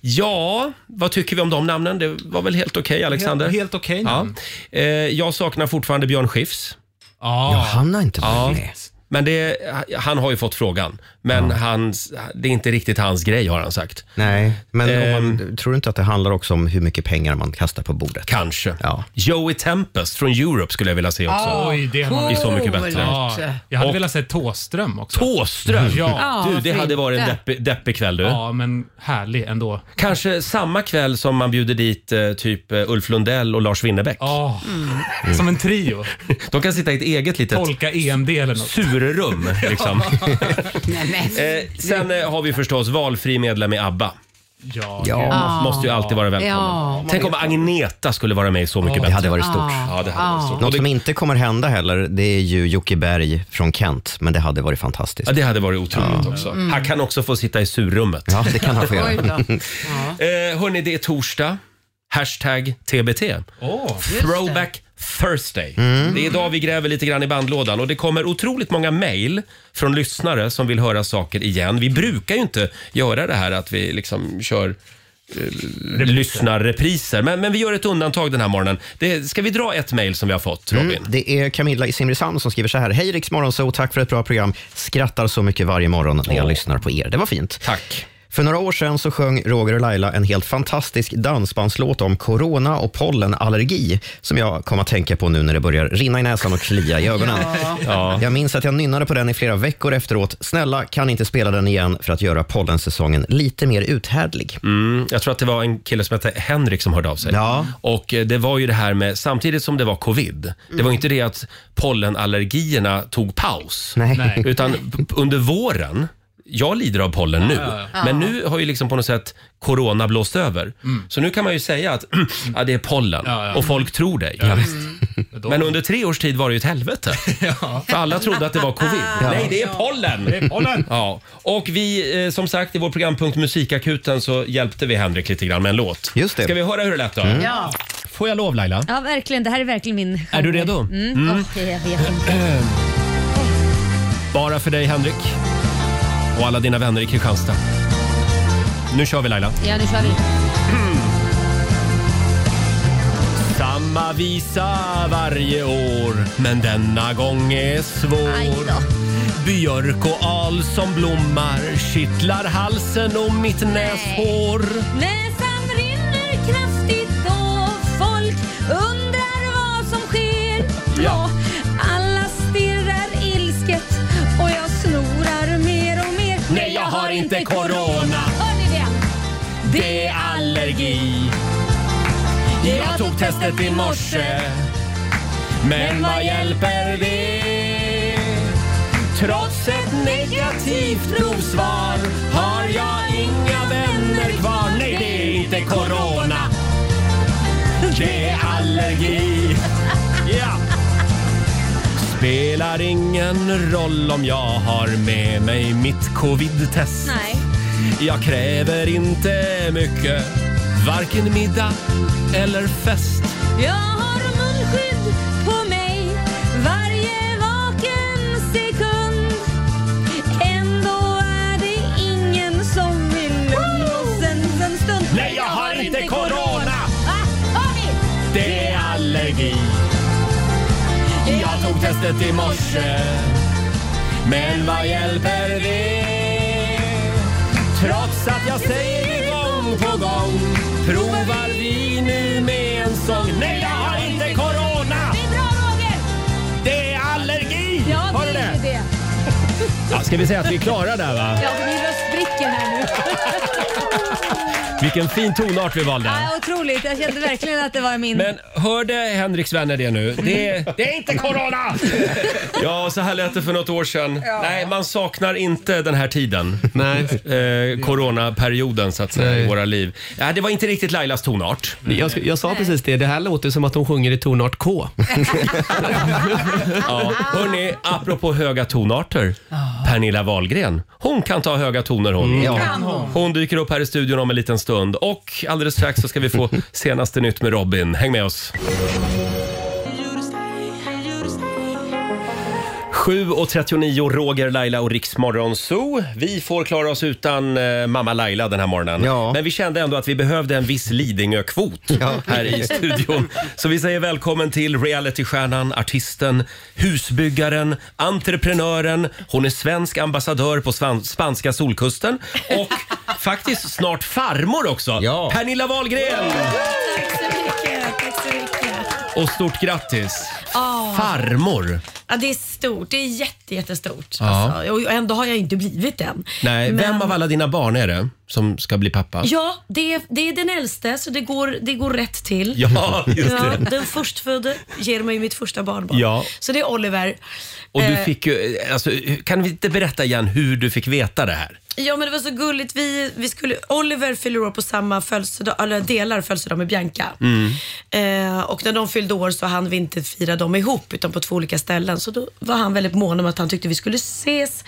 Ja, vad tycker vi om de namnen? Det var väl helt okej, Alexander? Helt- helt okej namn. Ja. Eh, jag saknar fortfarande Björn Skifs. Ja, han har inte varit med. Men det, han har ju fått frågan. Men hans, det är inte riktigt hans grej har han sagt. Nej, men om Ehm. man, tror du inte att det handlar också om hur mycket pengar man kastar på bordet? Kanske. Ja. Joey Tempest från Europe skulle jag vilja se också. Ah, Oj, det hade varit I Så mycket coolt. bättre. Ja, jag hade Och velat se Tåström också. Tåström! Ja. Du, det hade varit en inte? deppig, deppig kväll du. Ja, men härlig ändå. Kanske samma kväll som man bjuder dit eh, typ eh, Ulf Lundell och Lars Winnerbäck. Ja, Som en trio. De kan sitta i ett eget litet... Tolka EMD eller något. Surrum, liksom. Nej, men. Eh, sen eh, har vi förstås valfri medlem i ABBA. Ja, Ja. Måste ju alltid vara välkommen. Ja. Tänk om Agneta skulle vara med i Så mycket bättre. Det hade varit stort. Ja, det hade varit stort. Och Något det- som inte kommer hända heller, det är ju Jocke Berg från Kent, men det hade varit fantastiskt. Ja, det hade varit otroligt också. Han kan också få sitta i surrummet. Ja, det kan han få göra. Oj då. Eh, hörni, det är torsdag. Hashtag TBT. Throwback Thursday. Det är idag vi gräver lite grann i bandlådan och det kommer otroligt många mejl från lyssnare som vill höra saker igen. Vi brukar ju inte göra det här att vi liksom kör eh, lyssnarrepriser, men, men vi gör ett undantag den här morgonen. Det, ska vi dra ett mejl som vi har fått, Robin? Mm, det är Camilla i Simrishamn som skriver så här. Hej Rix Morgonzoo, tack för ett bra program. Skrattar så mycket varje morgon när jag lyssnar på er. Det var fint. Tack. För några år sedan så sjöng Roger och Laila en helt fantastisk dansbandslåt om corona och pollenallergi som jag kom att tänka på nu när det börjar rinna i näsan och klia i ögonen. Ja. Jag minns att jag nynnade på den i flera veckor efteråt. Snälla, kan ni inte spela den igen för att göra pollensäsongen lite mer uthärdlig? Mm, jag tror att det var en kille som hette Henrik som hörde av sig. Ja. Och eh, det var ju det här med, samtidigt som det var covid, det var ju inte det att pollenallergierna tog paus. Nej. Nej. Utan p- under våren, jag lider av pollen nu, men nu har ju liksom på något sätt corona blåst över. Så nu kan man ju säga att Mm. ja, det är pollen Ja, ja. och folk tror dig. Men under tre års tid var det ju ett helvete. För alla trodde att det var covid. Nej, det är pollen! Ja, och vi, eh, som sagt, i vår programpunkt Musikakuten så hjälpte vi Henrik lite grann med en låt. Just det. Mm. Ska vi höra hur det lät då? Ja. Får jag lov Laila? Ja, verkligen. Det här är verkligen min Är du redo? Mm. Okej, jag vet inte. Bara för dig Henrik och alla dina vänner i Kristianstad. Nu kör vi Laila. Ja, nu kör vi. Samma visa varje år, men denna gång är Aj svår. då. Björk och al som blommar kittlar halsen och mitt näshår. Näsan rinner kraftigt och folk undrar vad som sker. Ja. Alla stirrar ilsket och jag snorar mer och mer. Nej, jag har inte corona. Hör ni det? Det är allergi. Jag tog testet i morse, men vad hjälper det? Trots ett negativt provsvar har jag inga vänner kvar. Nej, det är inte corona. Det är allergi. Ja. Spelar ingen roll om jag har med mig mitt covid-test. Nej. Jag kräver inte mycket, varken middag eller fest. Jag har munskydd på mig varje vaken sekund. Ändå är det ingen som vill låtsas en stund. Nej, jag har inte corona. Ah, har ni? Det är allergi. Jag tog testet i morse, men vad hjälper det? Trots att jag säger det gång på gång provar vi nu med en sång. Nej, jag har inte corona. Det är bra Roger! Det är allergi. Ja, Har det du är ju det. Ja, ska vi säga att vi är klara där va? Ja, det blir röstbrickor här nu. Vilken fin tonart vi valde. Ja, otroligt, jag kände verkligen att det var min... Men hörde Henriks vänner det nu? Det, det är inte corona! ja, så här lät det för något år sedan. Nej, man saknar inte den här tiden. Nej. Eh, coronaperioden så att säga i Nej. våra liv. Ja, det var inte riktigt Lailas tonart. Jag, sk- jag sa precis det. Det här låter som att de sjunger i tonart K. Ja. Hörni, apropå höga tonarter. Pernilla Wahlgren, hon kan ta höga toner hon. Kan hon? Hon dyker upp här i studion om en liten stund och alldeles strax så ska vi få senaste nytt med Robin. Häng med oss. 7.39, Roger, Laila och Riksmorgon Zoo. Vi får klara oss utan eh, mamma Laila den här morgonen. Men vi kände ändå att vi behövde en viss Lidingö-kvot här i studion. Så vi säger välkommen till realitystjärnan, artisten, husbyggaren, entreprenören. Hon är svensk ambassadör på svan- spanska solkusten och faktiskt snart farmor också. Pernilla Wahlgren! Tack så mycket. Tack så mycket. Och stort grattis! Ja. Farmor! Ja, det är stort. Det är jätte, jättestort. Ja. Alltså. Och ändå har jag inte blivit än. Nej, Men- vem av alla dina barn är det som ska bli pappa? Ja, det är, det är den äldste så det går, det går rätt till. Ja, just det. den förstfödde ger mig mitt första barnbarn. Ja. Så det är Oliver. Och du Eh, fick ju, alltså, kan vi inte berätta igen hur du fick veta det här? Ja men det var så gulligt. Vi, vi skulle, Oliver fyller år på samma födelsedag, eller delar födelsedag med Bianca. Eh, och när de fyllde år så hann vi inte fira dem ihop utan på två olika ställen. Så då var han väldigt mån om att han tyckte vi skulle ses.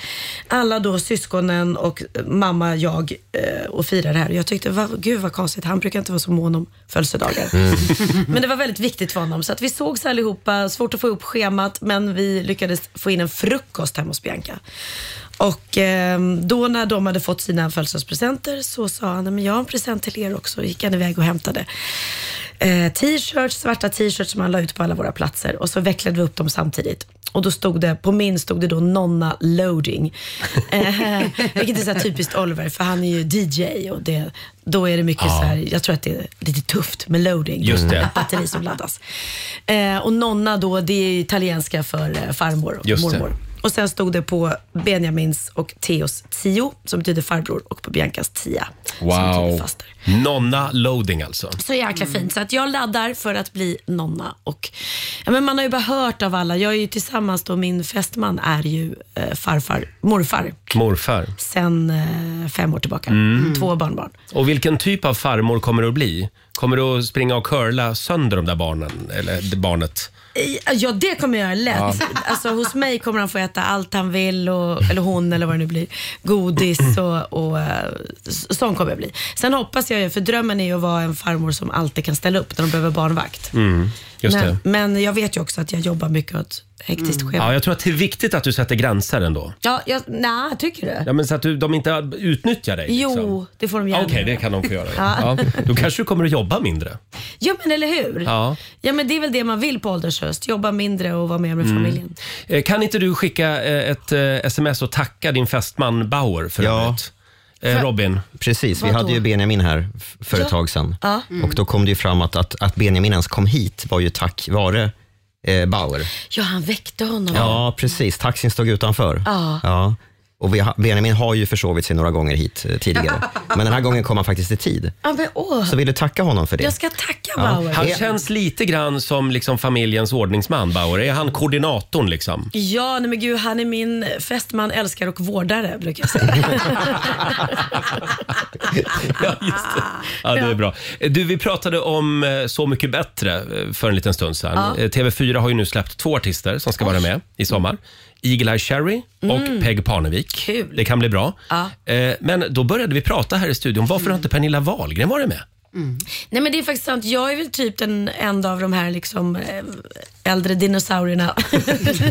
Alla då syskonen och eh, mamma, jag eh, och fira det här. Och Jag tyckte, va, gud vad konstigt. Han brukar inte vara så mån om födelsedagar. Men det var väldigt viktigt för honom. Så att vi sågs allihopa, svårt att få ihop schemat men vi lyckades få in en frukost hemma hos Bianca. Och ehm, då när de hade fått sina födelsedagspresenter så sa han, "Nej, men jag har en present till er också. Och gick han iväg och hämtade eh, t-shirts, svarta t-shirts som han la ut på alla våra platser. Och så vecklade vi upp dem samtidigt. Och då stod det, på min stod det då Nonna Loading. Eh, vilket är så här typiskt Oliver, för han är ju DJ och det, då är det mycket Ja. så här, jag tror att det är lite tufft med loading. Just det. Ett batteri som laddas. Eh, och nonna då, det är italienska för eh, farmor och Just det. mormor. Och sen stod det på Benjamins och Theos tio, som betyder farbror, och på Biancas tia. Wow. Nonna loading alltså. Så jäkla fint. Så att jag laddar för att bli nonna. Och, ja, men man har ju bara hört av alla. Jag är ju tillsammans då, min fästman är ju eh, farfar, morfar, Morfar. sen eh, fem år tillbaka. Mm. Två barnbarn. Och vilken typ av farmor kommer du att bli? Kommer du att springa och curla sönder de där barnen? Eller det barnet? Ja, det kommer jag göra lätt. Ja. Alltså, hos mig kommer han få äta allt han vill, och, eller hon eller vad det nu blir. Godis och, och eh, s- sån kommer jag bli. Sen hoppas jag ju, för drömmen är ju att vara en farmor som alltid kan ställa upp när de behöver barnvakt. Mm, just men, det. Mm. men jag vet ju också att jag jobbar mycket åt hektiskt schema. Ja, jag tror att det är viktigt att du sätter gränser ändå. Ja, jag, nej, tycker du? Ja, men så att du, de inte utnyttjar dig. liksom. Jo, det får de Okej, gärna det göra. kan de få göra. Ja. ja. Då kanske du kommer att jobba mindre. Ja, men eller hur? Ja. Ja, men det är väl det man vill på ålders höst. Jobba mindre och vara mer med Mm. familjen. Eh, Kan inte du skicka eh, ett eh, sms och tacka din fästman Bauer för Ja. övrigt? Eh, Robin. Precis, vi Vadå? hade ju Benjamin här f- för ett Ja. tag sedan. Ja. Och då kom det ju fram att, att, att Benjamin ens kom hit var ju tack vare eh, Bauer. Ja, han väckte honom. Ja, precis. Taxin stod utanför. Ja. Ja. Och vi, ha- Benjamin har ju försovit sig några gånger hit eh, tidigare. Men den här gången kom han faktiskt i tid. Ja, men, åh. Så vill du tacka honom för det? Jag ska tacka Ja. Bauer. Han Ja. känns lite grann som liksom familjens ordningsman, Bauer. Är han koordinatorn liksom? Ja, nej men gud, han är min fästman, älskar och vårdare brukar jag säga. Ja, det är bra. Du, vi pratade om eh, Så mycket bättre eh, för en liten stund sedan. Ja. Eh, TV4 har ju nu släppt två artister som ska vara med i sommar. Eagle-Eye Cherry och Mm. Peg Parnevik. Kul. Det kan bli bra. Ja. Mm. Eh, Men då började vi prata här i studion. Varför har inte Pernilla Wahlgren varit med? Nej men det är faktiskt sant, jag är väl typ den enda av de här liksom eh, äldre dinosaurierna.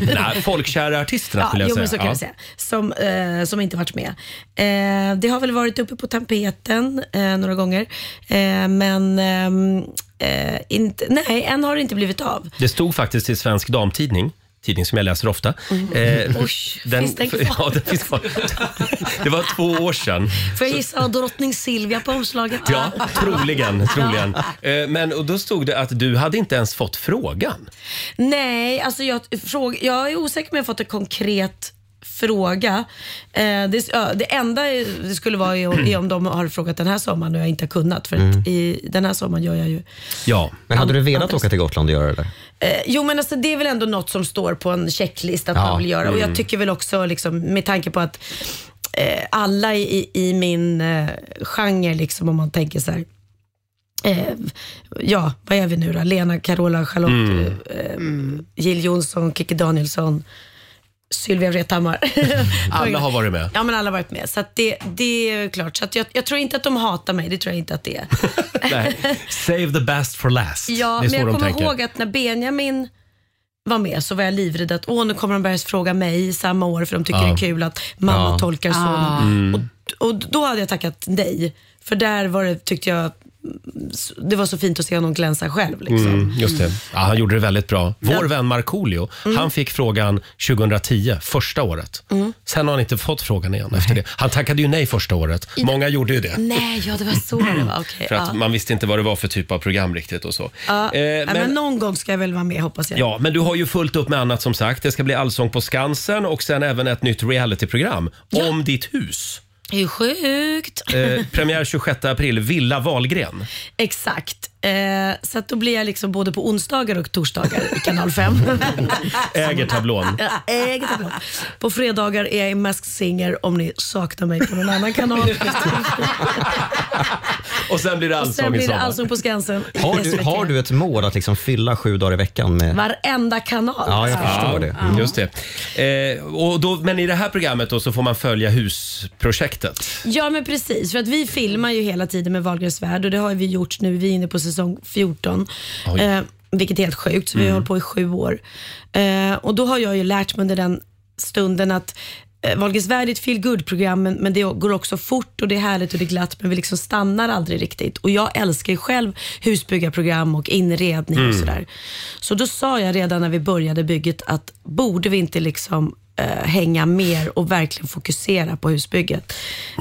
Nej, folkkära artisterna skulle jag jo, säga. men så kan Ja. jag säga. Som, eh, som inte varit med. Eh, det har väl varit uppe på tapeten eh, några gånger. Eh, men ehm, eh, inte, nej, än har det inte blivit av. Det stod faktiskt i Svensk Damtidning, tidning som jag läser ofta. Eh, Mm. Oj, finns den kvar? Ja, den finns kvar. Det var två år sedan. Får jag gissa drottning Silvia på omslaget? Ja, troligen. troligen. Eh, Men och då stod det att du hade inte ens fått frågan. Nej, alltså jag, fråg, jag är osäker om jag har fått en konkret fråga. Eh, det, ja, det enda det skulle vara är om, är om de har frågat den här sommaren och jag inte har kunnat. För att Mm. i, den här sommaren gör jag ju... Ja. Men hade du velat åka till Gotland och göra det där? Eh, jo men alltså det är väl ändå något som står på en checklist att Ja, man vill göra. Och jag mm. tycker väl också liksom, med tanke på att eh, alla i, i min eh, genre, liksom, om man tänker så här. Eh, ja, vad är vi nu då? Lena, Carola, Charlotte, Mm. eh, Jill Johnson, Kikki Danielsson, Sylvia Vrethammar. Alla har varit med. Ja, men alla har varit med. Så att det, det är klart. Så att jag, jag tror inte att de hatar mig, det tror jag inte att det är. Nej. Save the best for last. Ja, det är men så jag de kommer tänker. ihåg att när Benjamin var med så var jag livrädd att åh, nu kommer de börja fråga mig samma år för de tycker Ja. det är kul att mamma Ja. tolkar sonen. Ah. Mm. Och, och då hade jag tackat nej. För där var det, tyckte jag mm, s- det var så fint att se honom glänsa själv. Liksom. Mm, just det. Ja, han gjorde det väldigt bra. Vår Ja. vän Markoolio, Mm. han fick frågan 2010, första året. Mm. Sen har han inte fått frågan igen efter det. Han tackade ju nej första året. I- Mm. Många gjorde ju det. Nej, ja det var så det var. Okej. För att ja. man visste inte vad det var för typ av program riktigt och så. Ja. Eh, Nej, men... men- någon gång ska jag väl vara med hoppas jag. Ja, men du har ju fullt upp med annat som sagt. Det ska bli Allsång på Skansen och sen även ett nytt realityprogram om ditt hus. Det är ju sjukt. Eh, premiär 26 april, Villa Wahlgren. Exakt. Eh, så att då blir jag liksom både på onsdagar och torsdagar i kanal 5. Äger tablån. Jag äger tablån. På fredagar är jag i Masked Singer om ni saknar mig på någon annan kanal. Och sen blir det Och sen Allsång i blir det sommar. Allsång på Skansen. i Har du, SVT. har du ett mål att liksom fylla sju dagar i veckan med... Varenda kanal. Ja, jag förstår Ja, det. mm. Just det. Eh, och då, men i det här programmet då så får man följa husprojektet. Ja men precis, för att vi filmar ju hela tiden med Wahlgrens värld och det har vi gjort nu. Vi är inne på säsong 14. Oj. Eh, vilket är helt sjukt, så vi har Mm. hållit på i sju år. Eh, och då har jag ju lärt mig under den stunden att eh, Wahlgrens värld är ett feel good program men, men det går också fort och det är härligt och det är glatt men vi liksom stannar aldrig riktigt. Och jag älskar ju själv husbyggarprogram och inredning och Mm. sådär. Så då sa jag redan när vi började bygget att borde vi inte liksom eh, hänga mer och verkligen fokusera på husbygget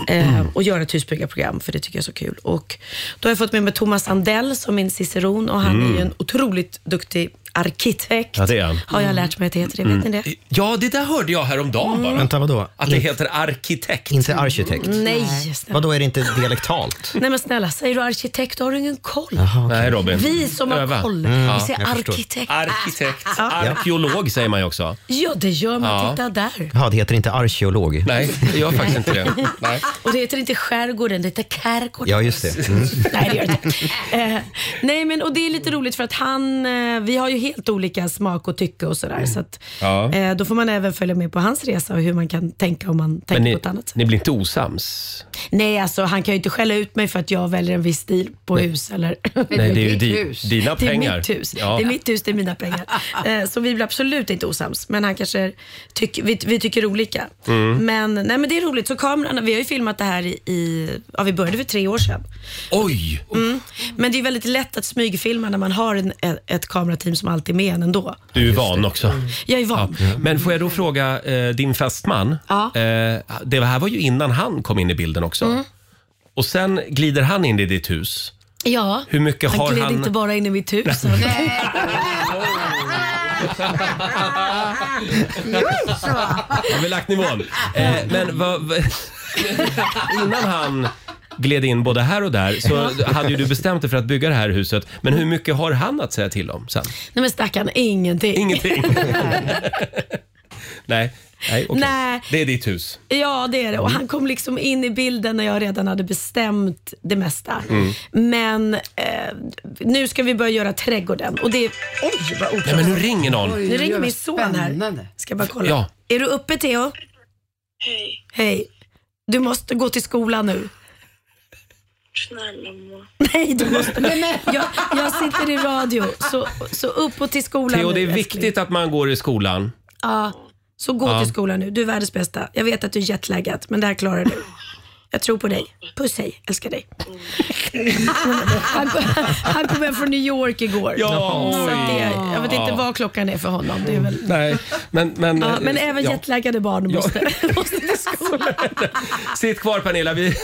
eh, Mm. och göra ett husbyggarprogram för det tycker jag är så kul. Och då har jag fått med mig Thomas Sandell som min ciceron och han Mm. är ju en otroligt duktig arkitekt. Ja, det Mm. är han. Har jag lärt mig att det heter, det, vet ni det? Ja, det där hörde jag häromdagen Mm. bara. Vänta, vadå? Att det heter Mm. arkitekt. Inte arkitekt? Nej, snälla. Vadå, är det inte dialektalt? Nej men snälla, säger du arkitekt då har du ingen koll. Nej, Robin. Vi som har Öva. koll. Mm. Vi Ja, säger jag förstår. arkitekt. Arkitekt. Ja. Arkeolog säger man ju också. Ja, det gör man. Ja. Titta där. Ja, det heter inte arkeolog. Nej, det gör faktiskt inte det. Nej. Och det heter inte skärgården, det heter kärgården. Ja, just det. Mm. Nej, det gör det inte. Eh, nej, men och det är lite roligt för att han, eh, vi har ju helt olika smak och tycke och sådär. Så att, Ja. eh, då får man även följa med på hans resa och hur man kan tänka om man tänker Men ni, på ett annat sätt. ni blir inte osams? Nej, alltså han kan ju inte skälla ut mig för att jag väljer en viss stil på hus eller... Nej, det är ju Ditt di- hus. dina Det är pengar. mitt hus. Ja. Det är mitt hus, det är mina pengar. Eh, Så vi blir absolut inte osams, men han kanske tycker, vi, vi tycker olika. Mm. Men, nej, men det är roligt. Så kameran, vi har ju filmat det här i, i ja, vi började för tre år sedan. Oj! Mm. Men det är väldigt lätt att smygfilma när man har en, ett, ett kamerateam som alltid är med en ändå. Du är ju van också. Jag är van. Ja. Men får jag då fråga eh, din fästman. Ja. Eh, det här var ju innan han kom in i bilden också. Mm. Och sen glider han in i ditt hus. Ja, Hur mycket han har gled han- inte bara in i mitt hus. Har vi lagt nivån? Eh, men vad, vad, innan han gled in både här och där så hade ju du bestämt dig för att bygga det här huset. Men hur mycket har han att säga till om sen? Nej men stackarn, ingenting. Ingenting. Nej, nej, okej. Nej. Det är ditt hus. Ja, det är det. Och Mm. han kom liksom in i bilden när jag redan hade bestämt det mesta. Mm. Men eh, nu ska vi börja göra trädgården. Och det är... Oj, vad oklart. Nej, men nu ringer någon. Oj, nu oj, ringer oj, min vad son här. Ska jag bara kolla. Ja. Är du uppe, Theo? Hej. Hej. Du måste gå till skolan nu. Snälla mamma. Nej, du måste... jag, jag sitter i radio, så, så upp och till skolan Theo, nu, det är älskling. viktigt att man går i skolan. Ja, så gå Ja. till skolan nu. Du är världens bästa. Jag vet att du är jetlaggad, men det här klarar du. Jag tror på dig. Puss hej, älskar dig. han, kom- han kom hem från New York igår. Ja, så oj. att det, jag vet inte Ja. vad klockan är för honom. Det är väl, Nej, men... Men, ja, men eh, även ja. jetlaggade barn måste, måste till skolan. Sitt kvar Pernilla, vi,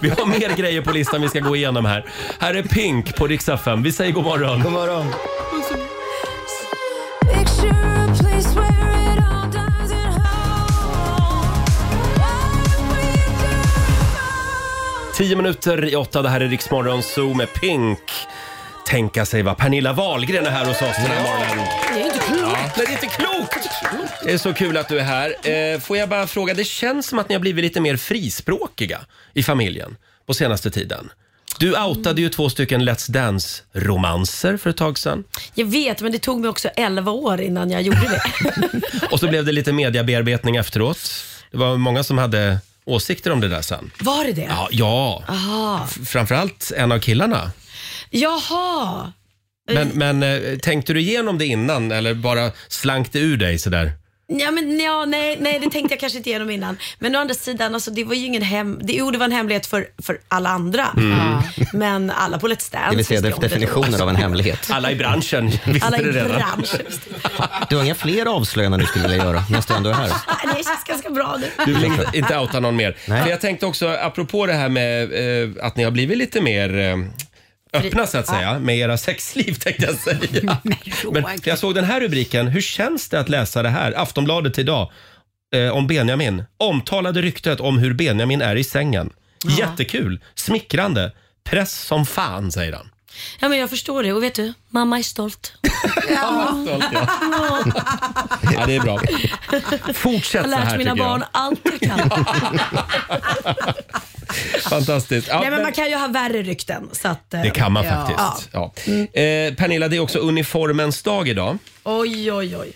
vi har mer grejer på listan vi ska gå igenom här. Här är Pink på Rix FM. Vi säger god morgon. God morgon. Tio minuter i åtta, det här är Rix Morgon Zoo med Pink. Tänka sig vad Pernilla Wahlgren är här hos oss den här morgonen. Det är inte klokt. det är inte klokt. Det är så kul att du är här. Eh, får jag bara fråga, det känns som att ni har blivit lite mer frispråkiga i familjen på senaste tiden. Du outade ju två stycken Let's Dance-romanser för ett tag sedan. Jag vet, men det tog mig också 11 år innan jag gjorde det. Och så blev det lite mediabearbetning efteråt. Det var många som hade åsikter om det där sen. Var det det? Ja, ja. Aha. F- framförallt en av killarna. Jaha. Men, men eh, tänkte du igenom det innan eller bara slank det ur dig sådär? Ja, men, ja, nej, nej, det tänkte jag kanske inte igenom innan. Men å andra sidan, alltså, det var ju ingen hem... Det, jo, det var en hemlighet för, för alla andra. Mm. Ja. Men alla på Let's Dance Det vill säga visste om det då. definitionen av en hemlighet. Alla i branschen visste Alla i branschen. Du har inga fler avslöjanden du skulle vilja göra när du ändå är här? Ah, Nej, Det känns ganska bra nu. Du vill inte, inte outa någon mer. För jag tänkte också, apropå det här med eh, att ni har blivit lite mer eh, öppna så att Ja. säga, med era sexliv tänkte jag säga. Men jag såg den här rubriken, hur känns det att läsa det här? Aftonbladet idag, eh, om Benjamin. Omtalade ryktet om hur Benjamin är i sängen. Jättekul, smickrande, press som fan säger han. Ja, men jag förstår det. Och vet du, mamma är stolt. Ja. Stolt, ja. Ja, det är bra. Jag Fortsätt har så här lärt mina tycker barn allt jag kan. jag. Fantastiskt. Ja, Nej, men men- man kan ju ha värre rykten. Så att, eh, Det kan man ja. faktiskt. Ja. Eh, Pernilla, det är också uniformens dag idag. Oj, oj, oj.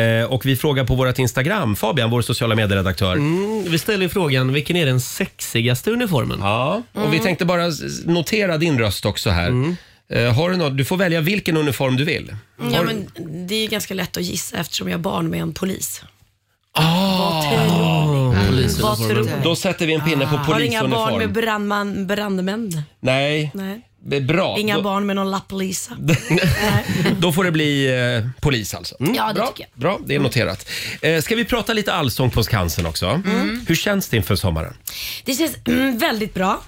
Eh, och vi frågar på vårt Instagram, Fabian, vår sociala medieredaktör. Mm, vi ställer ju frågan, vilken är den sexigaste uniformen? Ja, Och Mm. vi tänkte bara s- notera din röst också här. Eh, har du, något, du får välja vilken uniform du vill. Ja, Har- men det är ju ganska lätt att gissa eftersom jag har barn med en polis. Vad tror du? Ah, Då sätter vi en pinne på Ah. Har inga barn med polisuniform. brandman, brandmän? Nej, Nej. B- bra. Inga då, barn med någon lapplisa. då får det bli eh, polis alltså. Mm. Ja, det bra, tycker Mm. jag. Bra, det är noterat. Eh, ska vi prata lite allsång på Skansen också? Mm. Hur känns det inför sommaren? Det känns mm, väldigt bra.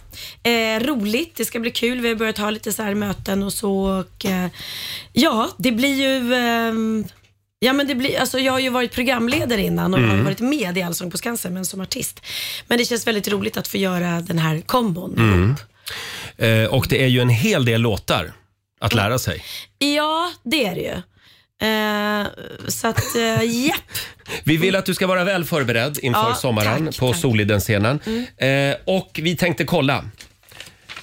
Eh, roligt, det ska bli kul. Vi har börjat ha lite så här möten och så. Och, eh, ja, det blir ju... ehm, Ja, men det blir, alltså jag har ju varit programledare innan och Mm. har varit med i Allsång på Skansen, men som artist. Men det känns väldigt roligt att få göra den här kombon. Mm. Eh, och det är ju en hel del låtar att Mm. lära sig. Ja, det är det ju. Eh, så att, eh, japp. Vi vill att du ska vara väl förberedd inför Ja, sommaren tack, på tack. Mm. Solidenscenen. Eh, och vi tänkte kolla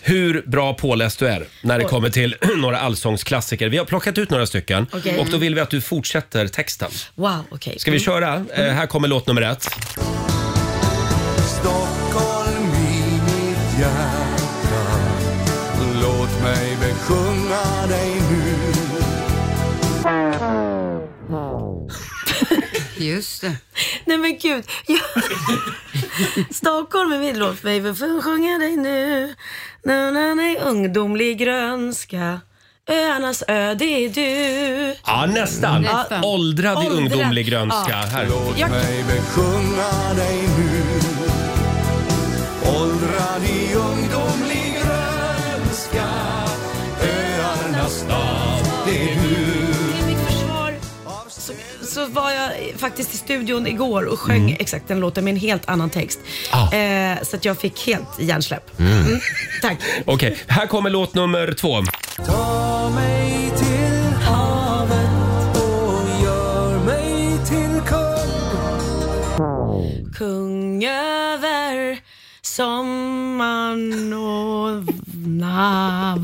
hur bra påläst du är när det Oj. kommer till några allsångsklassiker. Vi har plockat ut några stycken Okej. och då vill vi att du fortsätter texten. Wow, okej. Ska vi Mm. köra? Eh, här kommer låt nummer ett. Stockholm i mitt hjärta Låt mig besjunga dig nu Just det. Nej men gud. Jag- Stockholm är min låt, baby, får sjunga dig nu. Nu när ni ungdomlig grönska. Öarnas ö, det är du. Ja, nästan. Nästan. Mm. Åldrad i Åldrad. ungdomlig grönska. Ja. Här. Låt Jag- mig besjunga dig nu Åldrad i ungdomlig grönska Öarnas stad, det är du I mitt försvar så, så var jag faktiskt i studion igår och sjöng exakt den låten med en helt annan text. Eh, så att jag fick helt hjärnsläpp. Mm. Mm, tack. Okej, här kommer låt nummer två. Ta mig till havet och gör mig till kung Kung över sommaren och na-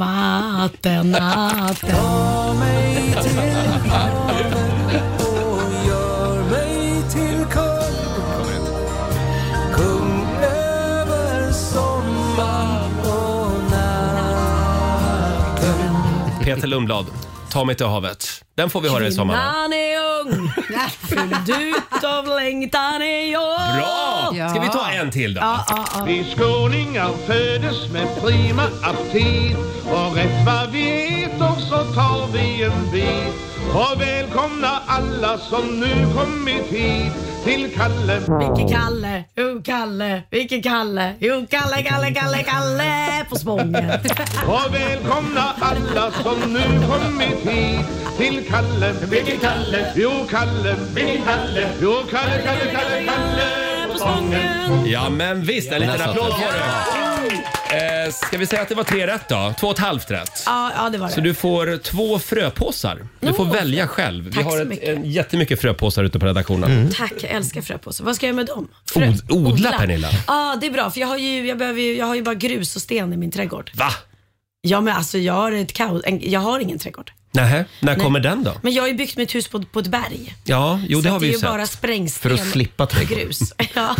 vatten, natten. Ta mig till havet och gör mig till kung Kung över sommaren och natten Peter Lundblad, Ta mig till havet. Den får vi höra i sommar. va? Kvinnan är ung, fylld ut av längtan är jag. Bra! Ska vi ta en till då? Ja, ja, ja. Vi skåningar föddes med prima aptit och rätt vad vi äter så tar vi en bit. Och välkomna alla som nu kommit hit till Kalle. Vilken Kalle, jo Kalle, vilken Kalle, jo Kalle, Kalle, Kalle, Kalle på Spången. Och välkomna alla som nu kommit hit till Kalle. Vilken Kalle? Jo, Kalle. Vilken Kalle? Jo, Kalle, Kalle, Kalle, Kalle på Spången. Ja, men visst. En liten Men alltså. applåd för det. Eh, ska vi säga att det var tre rätt då? Två och ett halvt rätt. Ja, ja, det var det. Så du får två fröpåsar. Du får välja själv. Vi Oh. Tack har så ett, mycket. en, jättemycket fröpåsar ute på redaktionen. Tack, jag älskar fröpåsar. Vad ska jag göra med dem? Od, odla, Pernilla. Ja, det är bra för jag har, ju, jag, behöver ju, jag har ju bara grus och sten i min trädgård. Va? Ja, men alltså jag har ett kaos. en- Jag har ingen trädgård. Nähä, när Nej. kommer den då? Men jag har ju byggt mitt hus på, på ett berg. Ja, jo så det har att vi det ju är ju sett. bara sprängsten För att slippa och trädgården. grus. ja.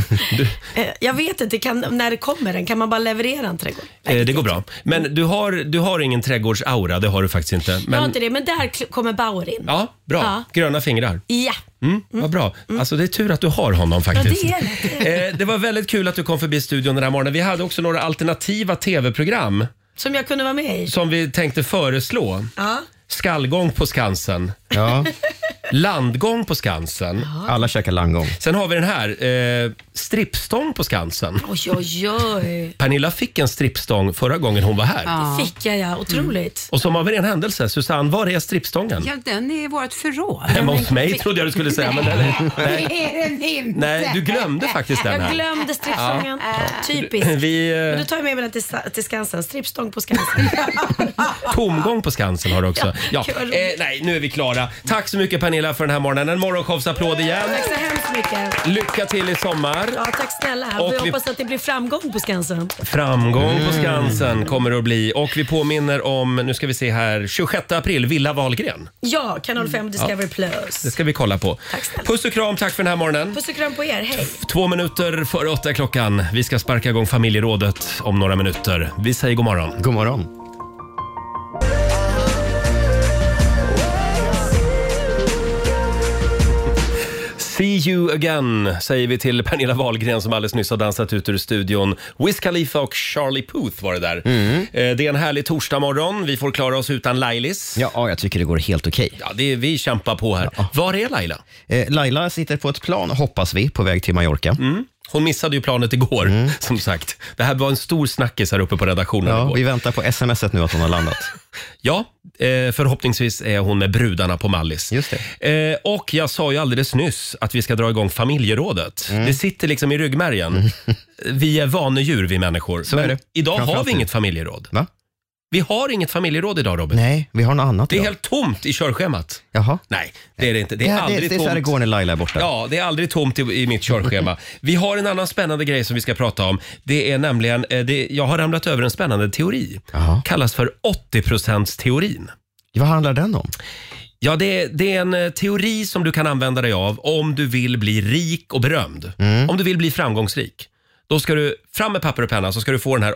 Eh, Jag vet inte, kan, när det kommer den, kan man bara leverera en trädgård? Eh, det går bra. Men du har, du har ingen trädgårdsaura, det har du faktiskt inte. Jag har Men, inte det, men där kl- kommer Bauer in. ja, bra. Ja. Gröna fingrar. Ja. Mm, vad bra. Alltså det är tur att du har honom Ja, faktiskt. det är det. Eh, det var väldigt kul att du kom förbi studion den här morgonen. Vi hade också några alternativa tv-program Som jag kunde vara med i. som vi tänkte föreslå. Ja. Skallgång på Skansen. Landgång på Skansen. Alla käkar landgång. Sen har vi den här. Eh, strippstång på Skansen. Oj, oj, oj. Pernilla fick en strippstång förra gången hon var här. Det fick jag ja, otroligt. Och som av en ren händelse, Susanne, var är strippstången? Ja, den är i vårt förråd. Hemma hos mig trodde jag du skulle säga. Men den, nej. Det är den inte. Nej, du glömde faktiskt den här. Jag glömde strippstången. Typiskt. Vi, eh, Men då tar jag med mig den till, Sa- till Skansen. Strippstång på Skansen. Tomgång på Skansen har du också. Ja. Ja, kul. Eh, nej, nu är vi klara. Tack så mycket Pernilla för den här morgonen. En morgonshowsapplåd igen. Tack så hemskt mycket. Lycka till i sommar. Ja, tack snälla. Och vi vi- hoppas att det blir framgång på Skansen. Framgång på Skansen kommer det att bli. Och vi påminner om, nu ska vi se här, 26 april, Villa Wahlgren. Ja, Kanal 5 Discovery Plus. Det ska vi kolla på. Puss och kram, tack för den här morgonen. Puss och kram på er. Hej. Två minuter före åtta är klockan. Vi ska sparka igång familjerådet om några minuter. Vi säger god morgon. God morgon. See you again, säger vi till Pernilla Wahlgren som alldeles nyss har dansat ut ur studion. Wiz Khalifa och Charlie Puth var det där. Eh, Det är en härlig torsdagmorgon. Vi får klara oss utan Lailis. Ja, ja, jag tycker det går helt okej. Ja, det är, vi kämpar på här. Var är Laila? Eh, Laila sitter på ett plan, hoppas vi, på väg till Mallorca. Hon missade ju planet igår, som sagt. Det här var en stor snackis här uppe på redaktionen Mm. Ja, igår. vi väntar på smset nu att hon har landat. Ja, eh, förhoppningsvis är hon med brudarna på Mallis. Just det. Eh, och jag sa ju alldeles nyss att vi ska dra igång familjerådet. Mm. Det sitter liksom i ryggmärgen. Vi är vanedjur vi människor. Så är det. idag har Framförallt vi du. inget familjeråd. Va? Vi har inget familjeråd idag Robin. Nej, vi har något annat Det är idag. helt tomt i körschemat. Jaha. Nej, det är det inte. Det är Ja, aldrig det, det är så här det tomt. går när Laila är borta. Ja, det är aldrig tomt i, i mitt körschema. Vi har en annan spännande grej som vi ska prata om. Det är nämligen, eh, det, jag har ramlat över en spännande teori. Kallas för 80%-teorin. Vad handlar den om? Ja, det, är- det är en eh, teori som du kan använda dig av om du vill bli rik och berömd. Mm. Om du vill bli framgångsrik. Då ska du fram med papper och penna så ska du få den här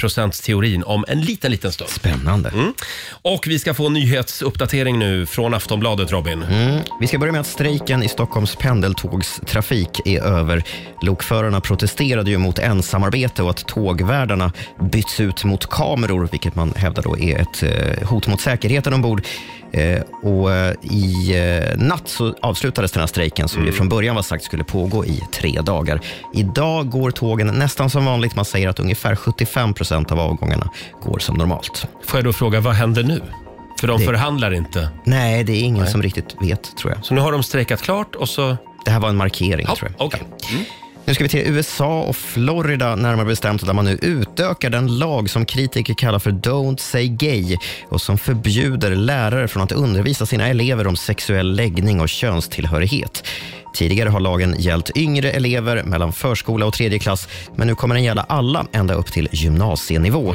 80%-teorin om en liten, liten stund. Spännande. Mm. Och vi ska få en nyhetsuppdatering nu från Aftonbladet, Robin. Mm. Vi ska börja med att strejken i Stockholms pendeltågstrafik är över. Lokförarna protesterade ju mot ensamarbete och att tågvärdarna byts ut mot kameror, vilket man hävdar då är ett eh, hot mot säkerheten ombord. Eh, och eh, I eh, natt så avslutades den här strejken som ju från början var sagt skulle pågå i tre dagar. Idag går tågen nästan som vanligt. Man säger att ungefär 75 procent av avgångarna går som normalt. Får jag då fråga, vad händer nu? För de Det- förhandlar inte. Nej, det är ingen som riktigt vet, tror jag. Så nu har de strejkat klart och så... Det här var en markering, tror jag. Mm. Nu ska vi till USA och Florida, närmare bestämt, där man nu utökar den lag som kritiker kallar för Don't Say Gay och som förbjuder lärare från att undervisa sina elever om sexuell läggning och könstillhörighet. Tidigare har lagen gällt yngre elever mellan förskola och tredje klass, men nu kommer den gälla alla ända upp till gymnasienivå.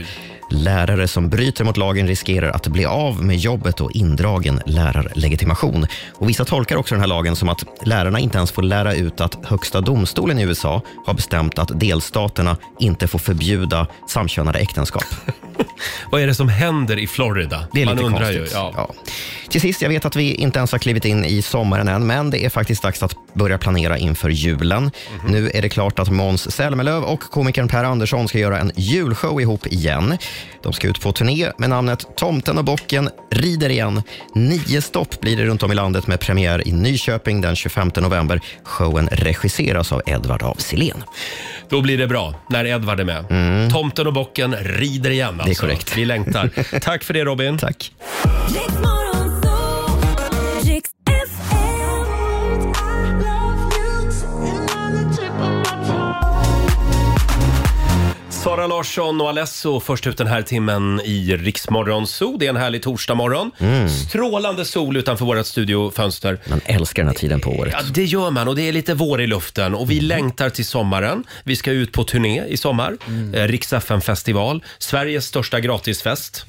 Lärare som bryter mot lagen riskerar att bli av med jobbet och indragen lärarlegitimation. Och vissa tolkar också den här lagen som att lärarna inte ens får lära ut att Högsta domstolen i USA har bestämt att delstaterna inte får förbjuda samkönade äktenskap. Vad är det som händer i Florida? Det är Man lite undrar konstigt. ju. Ja. Till sist, jag vet att vi inte ens har klivit in i sommaren än, men det är faktiskt dags att börja planera inför julen. Mhm. Nu är det klart att Måns Zelmerlöw och komikern Per Andersson ska göra en julshow ihop igen. De ska ut på turné med namnet Tomten och bocken rider igen. Nio stopp blir det runt om i landet med premiär i Nyköping den 25 november. Showen regisseras av Edvard af Sillén. Då blir det bra när Edvard är med. Tomten och bocken rider igen. Alltså. Mm. korrekt. Vi längtar. Tack för det Robin. Tack. Sara Larsson och Alesso först ut den här timmen i Riksmorgon Zoo. Det är en härlig torsdagmorgon. Mm. Strålande sol utanför vårt studiofönster. Man älskar den här tiden på året. Ja, det gör man och det är lite vår i luften och vi Mm. längtar till sommaren. Vi ska ut på turné i sommar. Mm. Rix FM festival, Sveriges största gratisfest.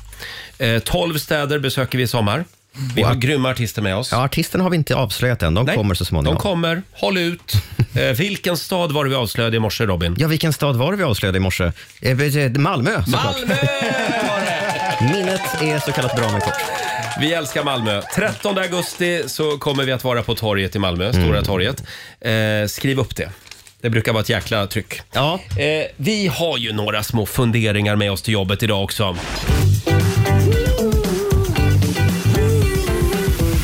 Eh, 12 städer Eh, besöker vi i sommar. Vi har grymma artister med oss. Ja, artisterna har vi inte avslöjat än. De kommer så småningom. De kommer. Håll ut. Eh, vilken stad var det vi avslöjade i morse, Robin? Ja, vilken stad var det vi avslöjade i morse? Eh, eh, Malmö såklart. Malmö! Minnet är så kallat bra med kort. Vi älskar Malmö. 13 augusti så kommer vi att vara på torget i Malmö, Stora Mm. torget. Eh, skriv upp det. Det brukar vara ett jäkla tryck. Ja. Eh, vi har ju några små funderingar med oss till jobbet idag också.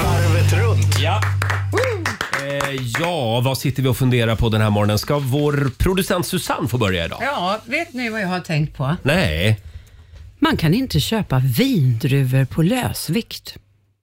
Varvet runt. Ja. Eh, ja, vad sitter vi och funderar på den här morgonen? Ska vår producent Susanne få börja idag? Ja, vet ni vad jag har tänkt på? Nej. Man kan inte köpa vindruvor på lösvikt.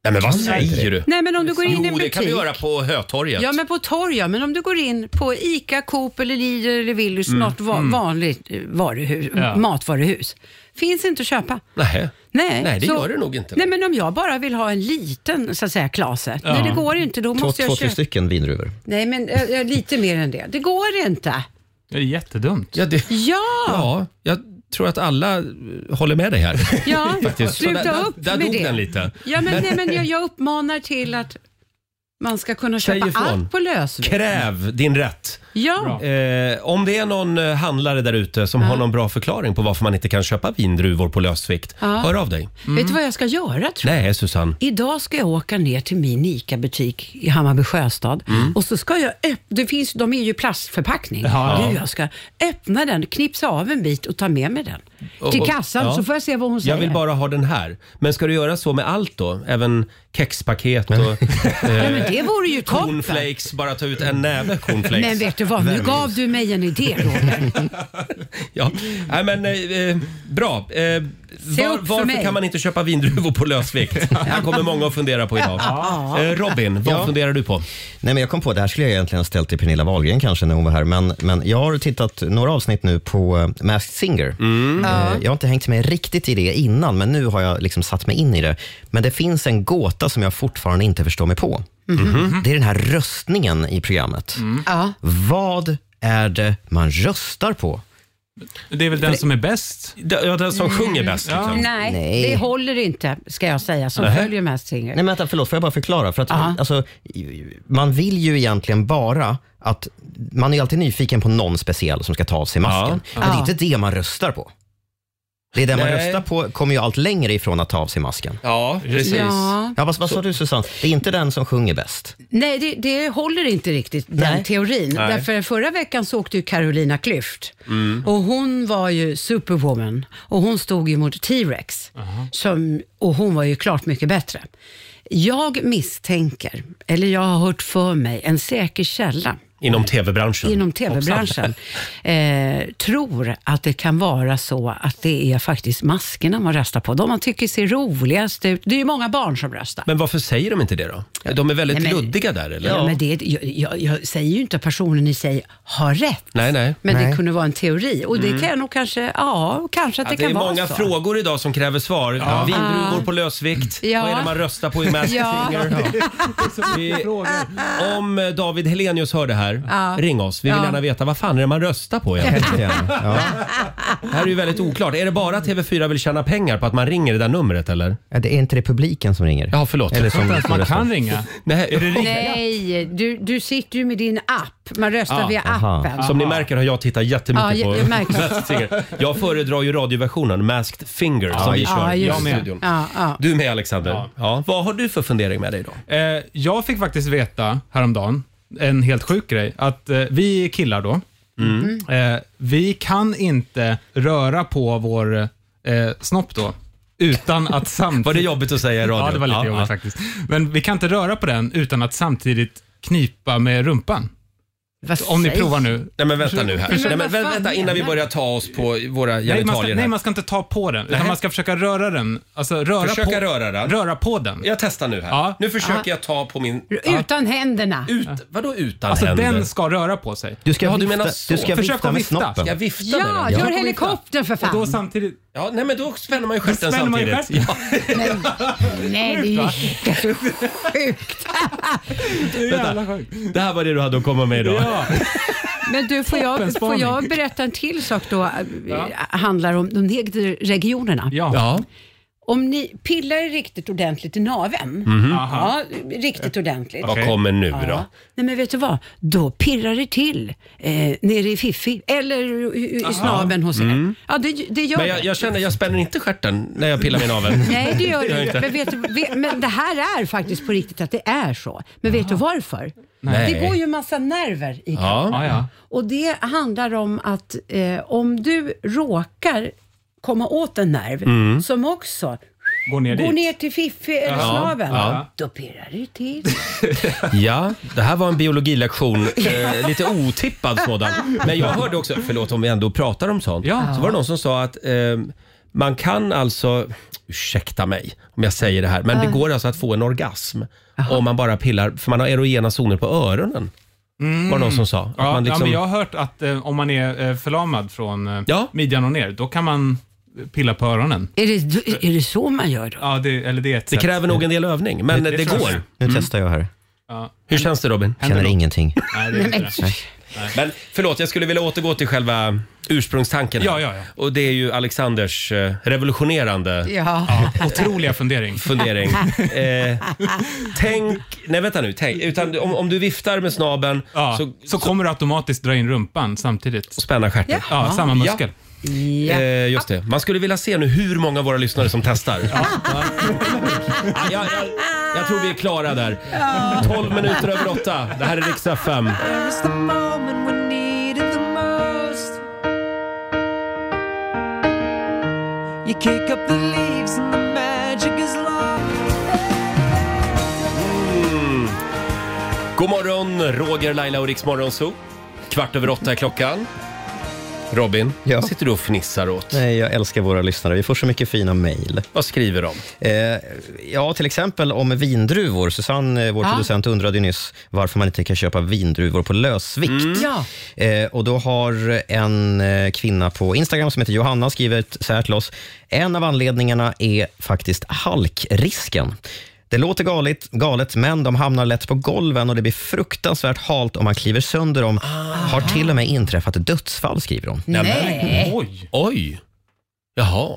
Nej, men vad säger du? Nej, men om du går in i en Jo, det kan vi butik- göra på Hötorget. Ja, men på torg ja. Men om du går in på ICA, Coop eller Lidl eller Willys, Mm, något va- mm. vanligt eh, varuhus, Ja. matvaruhus. Finns inte att köpa. Nej. Nej, Nej, det så- gör det nog inte. Nej, men om jag bara vill ha en liten så att säga klase. Ja. Nej, det går inte. Då Två, måste två jag tre köpa. stycken vindruvor. Nej, men eh, eh, lite mer än det. Det går inte. Det är jättedumt. Ja, det... Ja! ja, jag tror att alla eh, håller med dig här. Ja, Faktiskt. Så sluta där, där- upp där med dog det. den lite. Ja, men, nej, men jag, jag uppmanar till att man ska kunna Säg köpa ifrån. allt på lösvikt. Kräv din rätt. Ja. Eh, om det är någon eh, handlare där ute som har någon bra förklaring på varför man inte kan köpa vindruvor på lösvikt, Ja. hör av dig. Vet du vad jag ska göra tror jag? Mm. Nej, Susanne. Idag ska jag åka ner till min ICA-butik i Hammarby Sjöstad Mm. och så ska jag öppna, det finns, de är ju i plastförpackning. Ja. Du, jag ska öppna den, knipsa av en bit och ta med mig den till Och- och- kassan ja. så får jag se vad hon säger. Jag vill bara ha den här. Men ska du göra så med allt då? Även kexpaket och... Nej, men det vore ju toppen. Cornflakes, bara ta ut en näve cornflakes. Men vet du vad, nu Vem- gav du mig en idé Roger. Ja. Nej, men, eh, eh, bra. Eh, Se var, upp för varför mig. kan man inte köpa vindruvor på lösvikt? Det här kommer många att fundera på idag. Ja. Eh, Robin, vad Ja. funderar du på? Nej, men jag kom på, det här skulle jag egentligen ha ställt till Pernilla Wahlgren kanske när hon var här, men, men jag har tittat några avsnitt nu på eh, Masked Singer. Mm. Eh, Ja. Jag har inte hängt med riktigt i det innan, men nu har jag liksom satt mig in i det. Men det finns en gåta som jag fortfarande inte förstår mig på. Mm-hmm. Mhm. Det är den här röstningen i programmet. Mm. Ja. Vad är det man röstar på? Det är väl den som är bäst? Ja, den som sjunger bäst, Nej, det håller inte ska jag säga som Nej. följer Masked Singer. Nej, men vänta, förlåt, får jag bara förklara? För att, Ja. alltså, man vill ju egentligen bara att... Man är ju alltid nyfiken på någon speciell som ska ta av sig masken. Ja. Men det är Ja. inte det man röstar på. Det är det man Nej. röstar på kommer ju allt längre ifrån att ta av sig masken. Ja, precis. Ja. vad, vad sa du Susanne? Det är inte den som sjunger bäst. Nej, det, det håller inte riktigt, den Nej. teorin. Nej. Mm. Därför förra veckan så åkte ju Carolina Klüft och hon var ju superwoman och hon stod ju mot T-Rex som, och hon var ju klart mycket bättre. Jag misstänker, eller jag har hört för mig, en säker källa Inom tv-branschen. Mm. inom tv-branschen eh, tror att det kan vara så att det är faktiskt maskerna man röstar på. De man tycker ser roligast ut. Det är ju många barn som röstar. Men varför säger de inte det då? De är väldigt Nej, men- luddiga där eller? Ja, men det, jag, jag, jag säger ju inte att personen i sig har rätt. Nej, nej. Men det kunde vara en teori och det Mm. kan jag nog kanske, ja, kanske att Ja, det, det är kan vara många så. frågor idag som kräver svar. Ja. Vindruvor Ah. på lösvikt. Ja. Vad är det man röstar på i Masked Ja. Singer? Vi, om eh, David Helenius hör det här, Ja. ring oss. Vi vill Ja. gärna veta vad fan är det man röstar på egentligen? Det här är ju väldigt oklart. Är det bara att TV4 vill tjäna pengar på att man ringer det där numret eller? Ja, det är inte det publiken som ringer. Ja, förlåt. Eller som, som röstar. Nej, är det ringa? Nej, du, du sitter ju med din app. Man röstar Ja. via appen. Som ni märker har jag tittat jättemycket Ja, jag- på jag märker. Masked Singer. Jag föredrar ju radioversionen, Masked Finger, Ja, som vi just- kör ja, i just det. studion. Ja, ja. Du med Alexander. Ja. Vad har du för fundering med dig då? Eh, jag fick faktiskt veta häromdagen, en helt sjuk grej, att eh, vi killar då, Mm. eh, vi kan inte röra på vår eh, snopp då, utan att samtidigt... Var det jobbigt att säga i radio? Ja, det var lite Ja, jobbigt ja. faktiskt. Men vi kan inte röra på den utan att samtidigt knipa med rumpan. Om ni provar nu. Nej men vänta nu här. Försök- Nej, men vä- vänta innan vi börjar ta oss på våra Nej man, ska, genitalier nej, här. man ska inte ta på den, Nej. utan man ska försöka röra den. Alltså, röra Försöka på, röra den. Röra på den. Jag testar nu här. Nu försöker jag ta på min... Utan händerna. Ut, vadå utan Alltså händer? den ska röra på sig. Du ska Ja, du vifta- menar så. du ska Försök vifta att med vifta. snoppen. Ska jag vifta med den? Ja, Ja. gör helikoptern för fan. Och då samtidigt... Ja, nej men då spänner man ju Då stjärten spänner man ju samtidigt. stjärten. Ja. Nej, det är ju sjukt. Vänta. Det här var det du hade att komma med idag. Men du, får jag, får Toppenspaning. jag eh, berätta en till sak då? Handlar om de egna regionerna. Ja. Om ni pillar er riktigt ordentligt i naveln, Mhm. ja, Aha. riktigt ordentligt. Vad kommer nu då? Nej men vet du vad, då pirrar det till eh, nere i fiffi eller i, i Aha. snabeln hos er. Mm. Ja, det, det gör det. Men jag, jag känner, jag spänner inte stjärten när jag pillar min navel. Nej, det gör du jag inte. Men, vet du, ve- men det här är faktiskt på riktigt att det är så. Men vet du varför? Nej. Det går ju en massa nerver i Ja. kroppen. Ja, ja. Och det handlar om att eh, om du råkar komma åt en nerv Mm. som också går ner går dit. ner till fiffi eller Ja, snaven, ja. då pirrar det till. Ja, det här var en biologilektion. Eh, lite otippad sådan. Men jag hörde också, förlåt om vi ändå pratar om sånt, så var det någon som sa att eh, man kan alltså, ursäkta mig om jag säger det här, men det Ah. går alltså att få en orgasm om man bara pillar, för man har erogena zoner på öronen. Mm. Var det någon som sa? Att Ja, man ja, liksom- men jag har hört att eh, om man är eh, förlamad från eh, Ja. midjan och ner, då kan man pilla på öronen. Är det, är det så man gör då? Ja, det, eller det, är ett Det sätt. kräver nog en del övning, men det, tror jag. går. Nu testar jag här. Ja. Hur känns det Robin? Känner Händer något? ingenting. Nej, det är inte det. Nej. Men förlåt, jag skulle vilja återgå till själva ursprungstanken. här. Ja, ja, Och det är ju Alexanders eh, revolutionerande Ja. otroliga fundering. fundering. Eh, tänk, nej vänta nu, tänk, utan om, om du viftar med snabeln så, så kommer du automatiskt dra in rumpan samtidigt. Och spänna stjärten. Ja, samma muskel. Ja. Eh, just det. Man skulle vilja se nu hur många av våra lyssnare som testar. Ja. Jag, jag, jag tror vi är klara där. 12 minuter över 8. Det här är riks FM. There is the moment we needed the most. You kick up the leaves and the magic is lost. Mm. God morgon, Roger, Laila och Rix Morgonzoo. Kvart över åtta är klockan. Robin, vad sitter du och fnissar åt? Nej, jag älskar våra lyssnare. Vi får så mycket fina mejl. Vad skriver de? Eh, ja, till exempel om vindruvor. Susanne, eh, vår Ja. producent, undrade ju nyss varför man inte kan köpa vindruvor på lösvikt. Mm. Ja. Eh, och då har en eh, kvinna på Instagram som heter Johanna skrivit så här till oss. En av anledningarna är faktiskt halkrisken. Det låter galet, galet, men de hamnar lätt på golven och det blir fruktansvärt halt om man kliver sönder dem. Ah. Har till och med inträffat dödsfall, skriver hon. Nej. Oj. Oj. Jaha.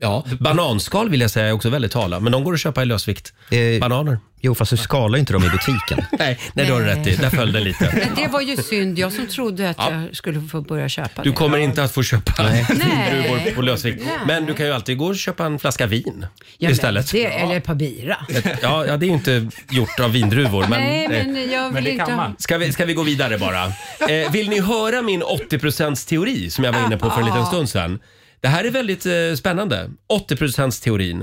Ja, bananskal vill jag säga är också väldigt hala, men de går att köpa i lösvikt. Bananer. Jo, fast du skalar ju inte dem i butiken. Eh. nej, nej, du har rätt i. Där föll det lite. Men det var ju synd, jag som trodde att jag skulle få börja köpa Du det. kommer inte att få köpa vindruvor Nej. på lösvikt. Nej. Men du kan ju alltid gå och köpa en flaska vin Ja, men istället. Det, Eller ett par bira. Ett- Ja, ja, det är ju inte gjort av vindruvor. Men, Nej, men eh, jag vill inte ha... Ska vi, ska vi gå vidare bara? Eh, vill ni höra min 80%-teori som jag var inne på för en liten stund sedan? Det här är väldigt eh, spännande. 80%-teorin.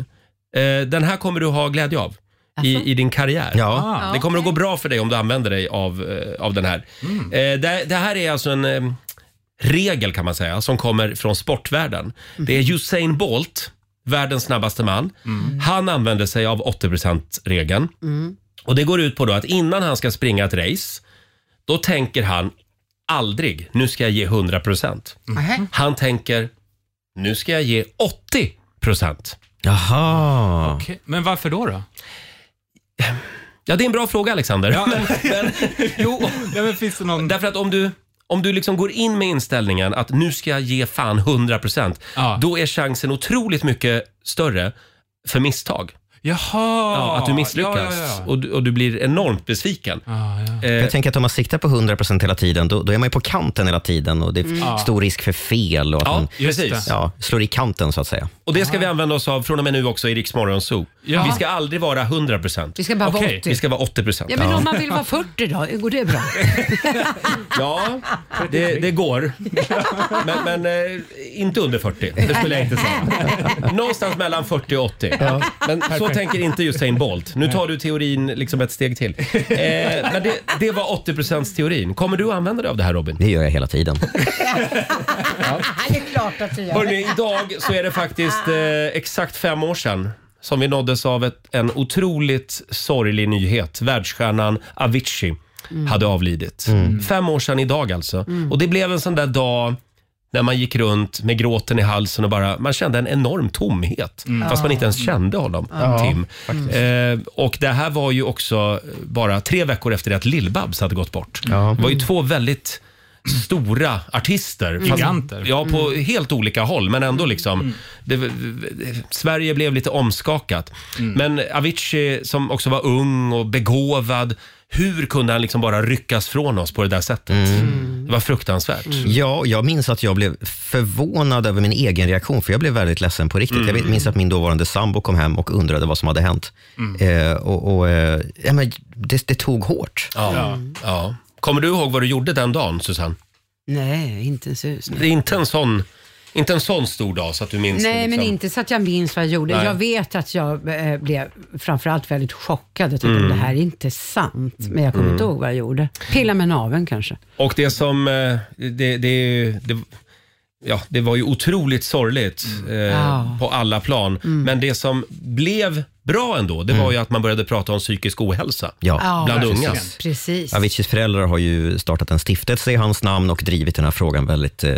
Eh, den här kommer du ha glädje av i, i din karriär. Ja. Ah, Det kommer att gå bra för dig om du använder dig av, eh, av den här. Mm. Eh, det, det här är alltså en eh, regel kan man säga som kommer från sportvärlden. Mm. Det är Usain Bolt, världens snabbaste man. Han använder sig av 80%-regeln. Mm. Och det går ut på då att innan han ska springa ett race, då tänker han aldrig, nu ska jag ge 100 procent. Nähä. Han tänker, nu ska jag ge 80 procent. Jaha. Okej, Men varför då? då? Ja, det är en bra fråga Alexander. Ja. Men, men, jo, Därför att om du, om du liksom går in med inställningen att nu ska jag ge fan 100 procent, då är chansen otroligt mycket större för misstag. Jaha! Ja, att du misslyckas Ja, ja, ja. Och, du, och du blir enormt besviken. Eh, För Jag tänker att om man siktar på 100% hela tiden, då, då är man ju på kanten hela tiden och det är Mm. Ja. stor risk för fel och att Ja, man precis. Ja, slår i kanten så att säga. Och det ska vi använda oss av från och med nu också i Rix Morgon Zoo. Ja. Vi ska aldrig vara 100%. Vi ska bara vara Okej. 80. Vi ska vara 80%. Ja, men om man vill vara 40 då, går det bra? Ja, det, det går. Men, men eh, inte under 40. Det skulle jag inte säga. Någonstans mellan 40 och 80. Men så Perfekt. tänker inte Usain Bolt. Nu tar du teorin liksom ett steg till. Eh, men det, det var 80%-teorin. Kommer du att använda dig av det här Robin? Det gör jag hela tiden. Det är klart att du gör. Hörrni, idag så är det Ah. faktiskt eh, exakt fem år sedan som vi nåddes av ett, en otroligt sorglig nyhet. Världsstjärnan Avicii Mm. hade avlidit. Fem år sedan idag alltså. Och det blev en sån där dag när man gick runt med gråten i halsen och bara, man kände en enorm tomhet. Mm. Fast man inte ens kände honom, Ja, Tim. Eh, och det här Mm. var ju också bara tre veckor efter det att Lill-Babs hade gått bort. Det var ju två väldigt stora artister. Fast- Giganter. Ja, på helt olika håll, men ändå liksom. Det, det- Sverige blev lite omskakat. Men Avicii, som också var ung och begåvad, hur kunde han liksom bara ryckas från oss på det där sättet? Det var fruktansvärt. Ja, och jag minns att jag blev förvånad över min egen reaktion, för jag blev väldigt ledsen på riktigt. Mm. Jag minns att min dåvarande sambo kom hem och undrade vad som hade hänt. Mm. Eh, och, och, eh, ja, men det, det tog hårt. Ja. ja. Kommer du ihåg vad du gjorde den dagen, Susanne? Nej, inte en sus. Det är inte en sån, inte en sån stor dag så att du minns Nej, det, men liksom. inte så att jag minns vad jag gjorde. Nej. Jag vet att jag eh, blev framförallt väldigt chockad. Jag tänkte, Mm. det här är inte sant. Men jag kommer Mm. inte ihåg vad jag gjorde. Pilla med naveln kanske. Och det som... eh, Det, det, är ju- det, ja, det var ju otroligt sorgligt Mm. eh, Ja. på alla plan. Men det som blev bra ändå, det var ju att man började prata om psykisk ohälsa Mm. Ja. bland Ja, unga. precis. Precis. Aviciis föräldrar har ju startat en stiftelse i hans namn och drivit den här frågan väldigt eh,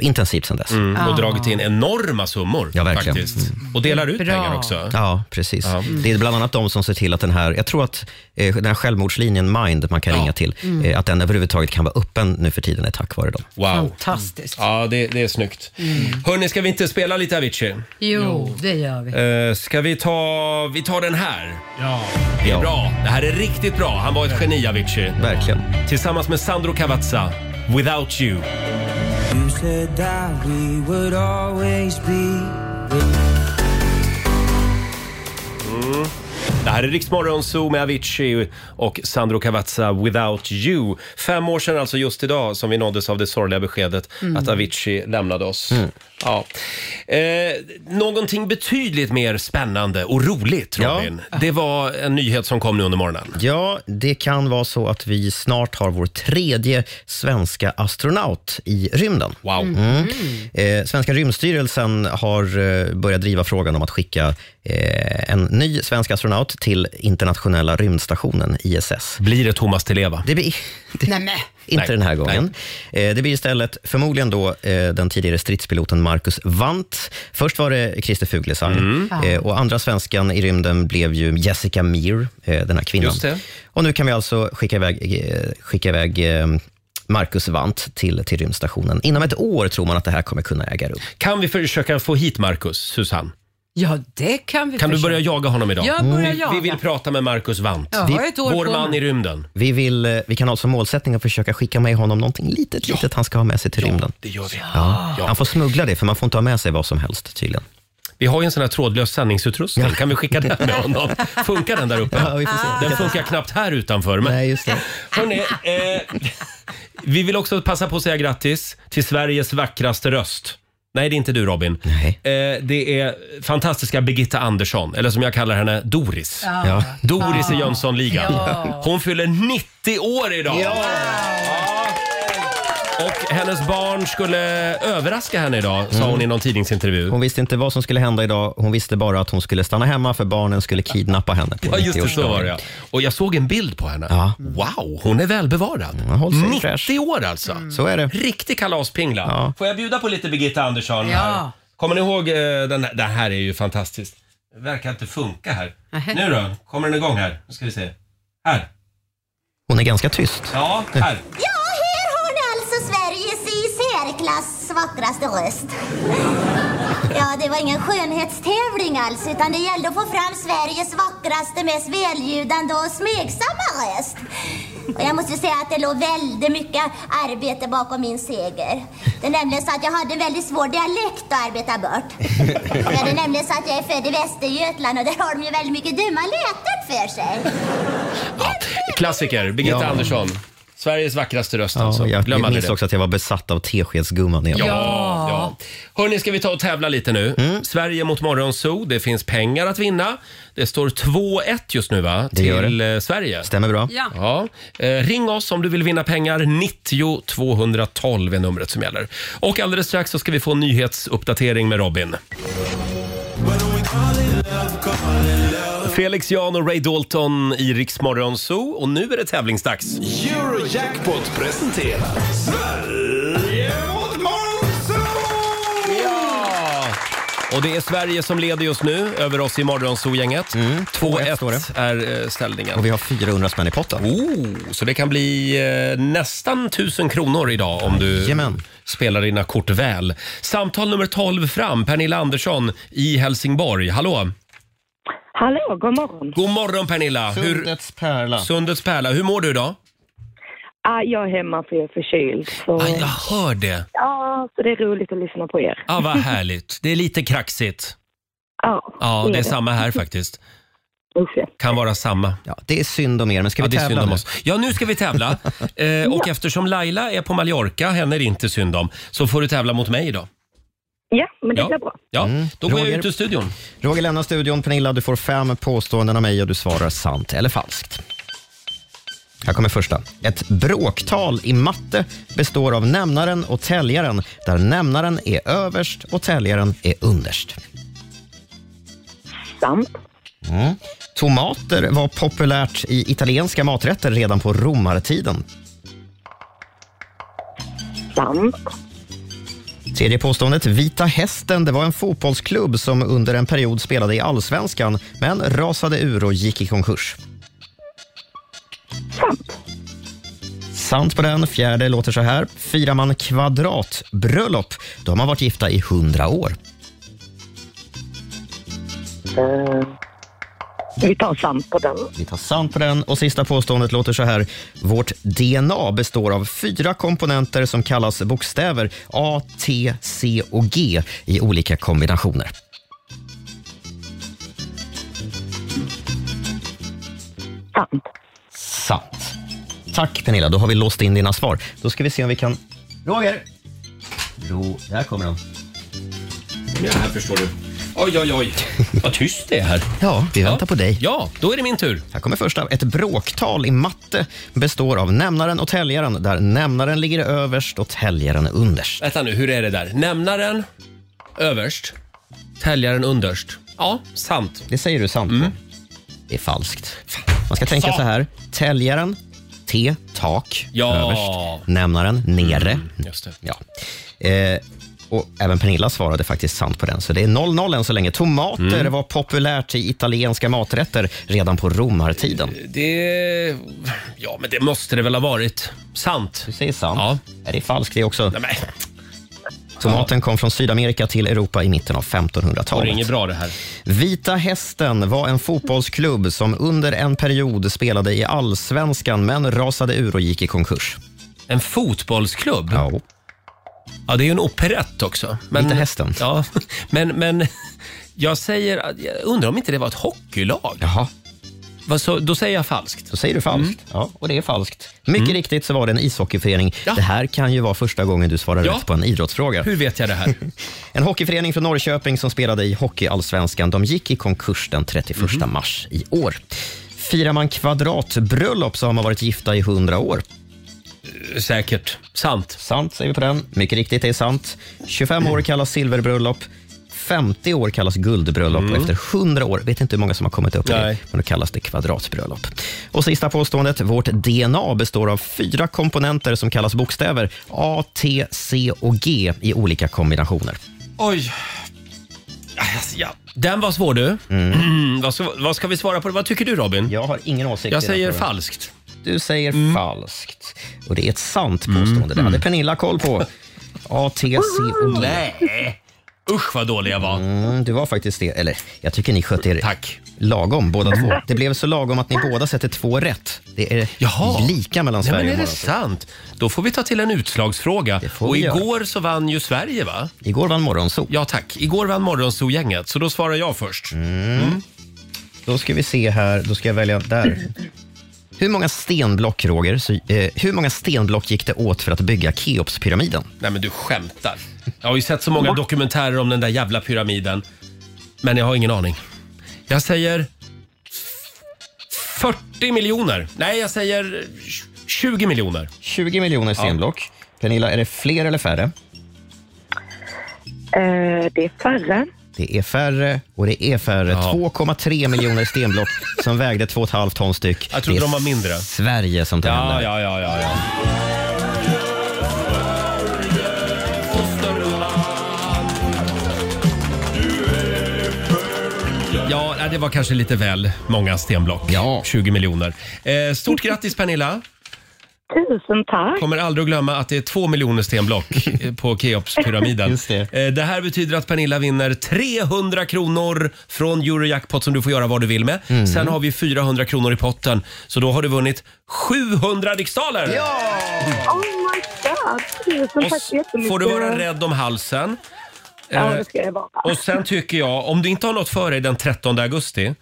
intensivt sedan dess. Mm, och dragit in enorma summor Ja, verkligen. Mm. faktiskt. Och delar ut pengar också. Ja, precis. Alltså. Mm. Ja. Det är bland annat de som ser till att den här, jag tror att eh, den här självmordslinjen Mind man kan ringa till, Mm. eh, att den överhuvudtaget kan vara öppen nu för tiden är tack vare dem. Wow. Fantastiskt. Ja, det, det är snyggt. Mm. Hörni, ska vi inte spela lite Avicii? Jo, det gör vi. Eh, ska vi ta... Vi tar den här. Ja. Det är bra. Det här är riktigt bra. Han var ett geni, Avicii. Verkligen. Tillsammans med Sandro Cavazza, Without You. You said that we would always be Mm. Det här är Riksmorgon Zoo med Avicii och Sandro Cavazza, Without You. Fem år sedan alltså just idag som vi nåddes av det sorgliga beskedet Mm. att Avicii lämnade oss. Mm. Ja. Eh, någonting betydligt mer spännande och roligt, Ja. Robin. Det var en nyhet som kom nu under morgonen. Ja, det kan vara så att vi snart har vår tredje svenska astronaut i rymden. Wow. Mm. Eh, Svenska rymdstyrelsen har eh, börjat driva frågan om att skicka eh, en ny svensk astronaut till internationella rymdstationen ISS. Blir det Thomas Till Eva? Det blir, Nej, men. inte den här gången. Eh, Det blir istället förmodligen då eh, den tidigare stridspiloten Marcus Wandt. Först var det Christer Fuglesang eh, och andra svenskan i rymden blev ju Jessica Meir, eh, den här kvinnan. Just det. Och nu kan vi alltså skicka iväg, eh, skicka iväg eh, Marcus Wandt till, till rymdstationen. Inom ett år tror man att det här kommer kunna äga rum. Kan vi försöka få hit Marcus, Susanne? Ja, det kan vi Kan du försöka. börja jaga honom idag? Jag börjar vi, jaga. vi vill prata med Marcus Wandt. Ja, Vi- har ett år Vår på man mig. i rymden. Vi, vill, eh, vi kan ha som målsättning att försöka skicka med honom någonting litet, litet han ska ha med sig till rymden. Det gör vi. Ja. Han får smuggla det, för man får inte ha med sig vad som helst tydligen. Vi har ju en sån här trådlös sändningsutrustning. Kan vi skicka den med honom? Funkar den där uppe? Ja, vi får se. Den funkar knappt här utanför. Men... Nej, just det. Hörrni, eh, vi vill också passa på att säga grattis till Sveriges vackraste röst. Nej, det är inte du Robin. Eh, det är fantastiska Birgitta Andersson, eller som jag kallar henne, Doris. Ja. Ja. Doris i Ja. Jönssonligan. Ja. Hon fyller 90 år idag! Och hennes barn skulle överraska henne idag, sa hon i någon tidningsintervju. Hon visste inte vad som skulle hända idag. Hon visste bara att hon skulle stanna hemma för barnen skulle kidnappa henne. På Ja, just det. Så 90-årsdagen. var det ja. Och jag såg en bild på henne. Wow, hon är välbevarad. håll sig 90 år alltså. Så är det. Riktig kalaspingla. Ja. Får jag bjuda på lite Birgitta Andersson? Ja. Här? Kommer ni ihåg, eh, den här, det här är ju fantastiskt. Det verkar inte funka här. Nähä. Nu då, kommer den igång här? Nu ska vi se. Här. Hon är ganska tyst. Ja, här. Ja, här har ni alltså Sveriges i särklass vackraste röst. Ja, det var ingen skönhetstävling alls, utan det gällde att få fram Sveriges vackraste, mest väljudande och smegsamma röst. Och jag måste säga att det låg väldigt mycket arbete bakom min seger. Det är nämligen så att jag hade en väldigt svår dialekt att arbeta bort. Ja, det är nämligen så att jag är född i Västergötland och där har de ju väldigt mycket dumma läten för sig. Klassiker, Birgitta Ja. Andersson. Sveriges vackraste röst alltså. Ja, jag Glöm jag aldrig minns det. också att jag var besatt av Teskedsgumman. igen. Ja, Ah. ja. Hörni, ska vi ta och tävla lite nu? Mm. Sverige mot Morgonzoo. Det finns pengar att vinna. Det står 2-1 just nu va? Det gör till eh, Sverige. Stämmer bra. Ja. Eh, ring oss om du vill vinna pengar. 90 212 är numret som gäller. Och alldeles strax så ska vi få en nyhetsuppdatering med Robin. Felix Jan och Ray Dalton i Rix Morgonzoo och nu är det tävlingsdags. Eurojackpot presenterar Sverige mot Måns! Ja! Och det är Sverige som leder just nu över oss i morgonzoo-gänget. Mm. 2-1 är eh, ställningen. Och vi har 400 spänn i potten. Oh, så det kan bli eh, nästan 1000 kronor idag om du spelar dina kort väl. Samtal nummer 12 fram, Pernilla Andersson i Helsingborg. Hallå! Hallå, god morgon. God morgon Pernilla! Sundets pärla. Sundets pärla. Hur mår du idag? Ah, jag är hemma för jag är förkyld. Så... Ah, jag hör det. Ja, så det är roligt att lyssna på er. Ja, vad härligt. Det är lite kraxigt. Ja, Ja, det det är är samma här faktiskt. Kan vara samma. Ja, det är synd om er, men ska vi det är tävla synd om nu? oss. Ja, nu ska vi tävla. Eh, och eftersom Laila är på Mallorca, henne är det inte synd om, så får du tävla mot mig idag. Ja, men det Ja. blir bra. Ja, då går Mm. Roger. jag ut ur studion. Roger lämnar studion. Pernilla, du får fem påståenden av mig och du svarar sant eller falskt. Här kommer första. Ett bråktal i matte består av nämnaren och täljaren där nämnaren är överst och täljaren är underst. Sant. Mm. Tomater var populärt i italienska maträtter redan på romartiden. Sant. Tredje påståendet. Vita Hästen det var en fotbollsklubb som under en period spelade i allsvenskan men rasade ur och gick i konkurs. Sant. Sant på den. Fjärde låter så här. Firar man kvadratbröllop, då har man varit gifta i hundra år. Eh, vi tar sant på den. Vi tar sant på den. Och sista påståendet låter så här. Vårt DNA består av fyra komponenter som kallas bokstäver A, T, C och G i olika kombinationer. Sant. Sant. Tack Pernilla, då har vi låst in dina svar. Då ska vi se om vi kan... Roger! Ro... Där kommer han. Ja, här förstår du. Oj, oj, oj. Vad tyst det är här. Ja, vi väntar på dig. Ja, då är det min tur. Här kommer första. Ett bråktal i matte består av nämnaren och täljaren där nämnaren ligger överst och täljaren underst. Vänta nu, hur är det där? Nämnaren överst, täljaren underst. Ja, sant. Det säger du sant på. Det är falskt. Man ska tänka Fan. så här. Täljaren, T, tak, Ja. överst. Nämnaren, nere. Just det. Ja. Eh, och även Pernilla svarade faktiskt sant på den, så det är 0-0 än så länge. Tomater Mm. var populärt i italienska maträtter redan på romartiden. Det... Ja, men det måste det väl ha varit. Sant. Du säger sant. Ja. Är det falskt det också? Nej, Tomaten kom från Sydamerika till Europa i mitten av Det är 1500-talet. inget bra det här. Vita Hästen var en fotbollsklubb som under en period spelade i allsvenskan men rasade ur och gick i konkurs. En fotbollsklubb? Ja. Ja, det är ju en operett också. Men, Vita Hästen. Ja, men, men jag säger... att- Jag undrar om inte det var ett hockeylag? Jaha. så, då säger jag falskt. Då säger du falskt. Mm. Ja, och det är falskt. Mycket riktigt så var det en ishockeyförening. Ja. Det här kan ju vara första gången du svarar Ja. rätt på en idrottsfråga. Hur vet jag det här? en hockeyförening från Norrköping som spelade i Hockeyallsvenskan, de gick i konkurs den 31 Mhm. mars i år. Firar man kvadratbröllop så har man varit gifta i 100 år. Säkert. Sant. Sant säger vi på den. Mycket riktigt, det är sant. 25 år kallas silverbröllop. 50 år kallas guldbröllop Mm. och efter 100 år, vet inte hur många som har kommit upp i det, men då kallas det kvadratbröllop. Och sista påståendet, vårt DNA består av fyra komponenter som kallas bokstäver A, T, C och G i olika kombinationer. Oj. Alltså, ja. Den var svår du. Mm. Vad, ska, vad ska vi svara på? Vad tycker du Robin? Jag har ingen åsikt. Jag i den säger frågan. falskt. Du säger Mm. falskt. Och det är ett sant påstående, det hade Pernilla koll på. A, T, C och G. Nej. Usch vad dålig jag var. Mm, du var faktiskt det. Eller, jag tycker ni skötte er Tack. lagom båda två. Mm. Det blev så lagom att ni båda sätter två rätt. Det är lika mellan Nej, Sverige Mm. men är och det Norge. sant? Då får vi ta till en utslagsfråga. Och vi göra. igår så vann ju Sverige va? Igår vann Morgonzoo. Ja tack. Igår vann Morgonzoo-gänget, så då svarar jag först. Mm. Då ska vi se här. Då ska jag välja där. Hur många stenblock, Roger, så, eh, hur många stenblock gick det åt för att bygga Keopspyramiden? Nej men du skämtar. Jag har ju sett så många dokumentärer om den där jävla pyramiden. Men jag har ingen aning. Jag säger... 40 miljoner. Nej, jag säger 20 miljoner. 20 miljoner stenblock. Pernilla, är det fler eller färre? Eh, det är färre. Det är färre och det är färre. 2,3 miljoner stenblock som vägde 2,5 ton styck. Jag Det trodde är de var mindre. Sverige som tar hem det Ja, här. ja, ja, ja, ja. var kanske lite väl många stenblock. Ja. 20 miljoner. Eh, stort grattis Pernilla! Tusen tack. Kommer aldrig att glömma att det är två miljoner stenblock eh, på Keopspyramiden. Just det. det här betyder att Pernilla vinner 300 kronor från Eurojackpot som du får göra vad du vill med. Mm. Sen har vi 400 kronor i potten, så då har du vunnit 700 riksdaler! Oh my god, tusen Och tack så jättemycket. Får du vara rädd om halsen. Ja, Eh, det ska jag vara. Och sen tycker jag, om du inte har något för dig den 13 augusti,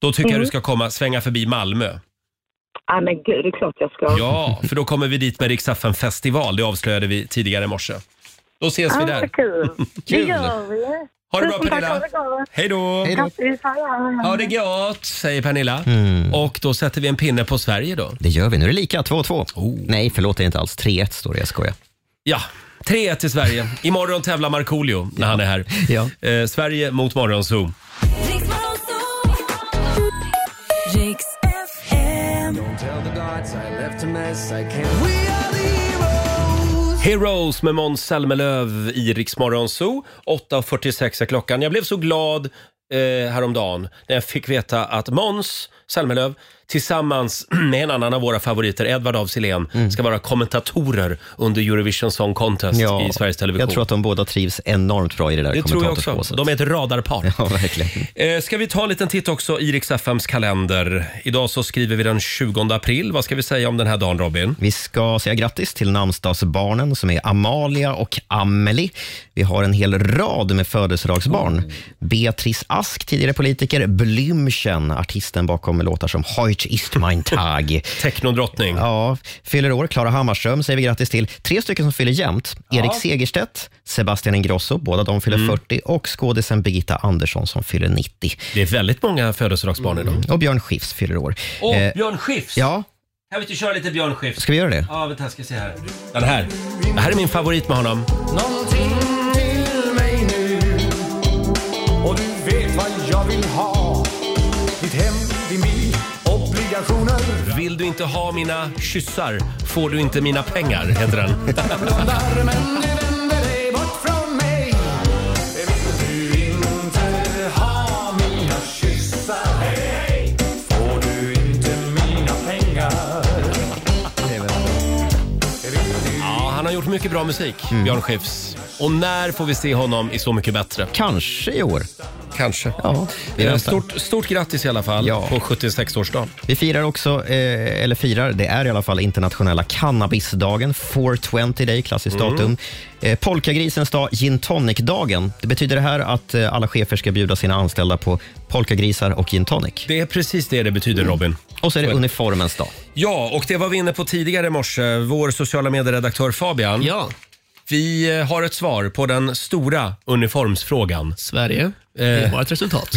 då tycker jag Mm. du ska komma svänga förbi Malmö. Ja, men gud, det är klart jag ska. Ja, för då kommer vi dit med Rix FM festival. Det avslöjade vi tidigare i morse. Då ses vi Ja, där. vad kul. Det Kul. gör vi. Ha det bra, Tusen tack, Pernilla. ha det gott. Hej då! Hej då. Grattis, hej, hej, hej. Ha det gott, säger Pernilla. Mm. Och då sätter vi en pinne på Sverige då. Det gör vi. Nu är det lika. 2-2. Oh. Nej, förlåt, det är inte alls. 3-1 står det. Jag skojar. Ja, 3-1 till Sverige. Imorgon tävlar Markoolio när han är här. Eh, Sverige mot Morgonzoo. Riks FM. Heroes med Måns Zelmerlöw i Rix Morgonzoo. 8.46 är klockan. Jag blev så glad eh, häromdagen när jag fick veta att Måns Zelmerlöw tillsammans med en annan av våra favoriter, Edvard af Sillén, Mm. ska vara kommentatorer under Eurovision Song Contest i Sveriges Television. Jag tror att de båda trivs enormt bra i det där Det tror jag också. kommentatorspåset. De är ett radarpar. Ja, verkligen. Eh, Ska vi ta en liten titt också i Rix FMs kalender? Idag så skriver vi den 20 april. Vad ska vi säga om den här dagen, Robin? Vi ska säga grattis till namnsdagsbarnen som är Amalia och Amelie. Vi har en hel rad med födelsedagsbarn. Oh. Beatrice Ask, tidigare politiker, Blümchen, artisten bakom låtar som Heute ist mein Tag. Technodrottning. Ja, fyller år. Klara Hammarström säger vi grattis till. Tre stycken som fyller jämnt. Ja. Mm. Erik Segerstedt, Sebastian Ingrosso, båda de fyller 40 och skådisen Birgitta Andersson som fyller 90. Det är väldigt många födelsedagsbarn idag. Och Björn Skifs fyller år. Mm. Åh, Eh, Björn Skifs! Ja, Kan vi inte köra lite Björn Skifs? Ska vi göra det? Ja, vänta, ska vi se här. Den här. Det här är min favorit med honom. Någonting till mig nu Och du vet vad jag vill ha Ditt hem, din bil, obligationer Vill du inte ha mina kyssar får du inte mina pengar, heter den. Armen, du vänder dig bort från mig Vill du inte ha mina kyssar Får du inte mina pengar Ja, han har gjort mycket bra musik, Mm. Björn Skifs. Och när får vi se honom i Så mycket bättre? Kanske i år. Kanske. Ja, vi Eh, väntar. Stort, stort grattis i alla fall på 76-årsdagen. Vi firar också, eh, eller firar, det är i alla fall internationella cannabisdagen, 420 day, klassiskt Mm. datum. Eh, polkagrisens dag, gin tonic-dagen. Det betyder det här att eh, alla chefer ska bjuda sina anställda på polkagrisar och gin tonic. Det är precis det det betyder, Robin. Och så är det uniformens dag. Mm. Ja, och det var vi inne på tidigare i morse. Vår sociala medieredaktör Fabian. Ja. Vi eh, har ett svar på den stora uniformsfrågan. Eh. Sverige. Det var ett resultat.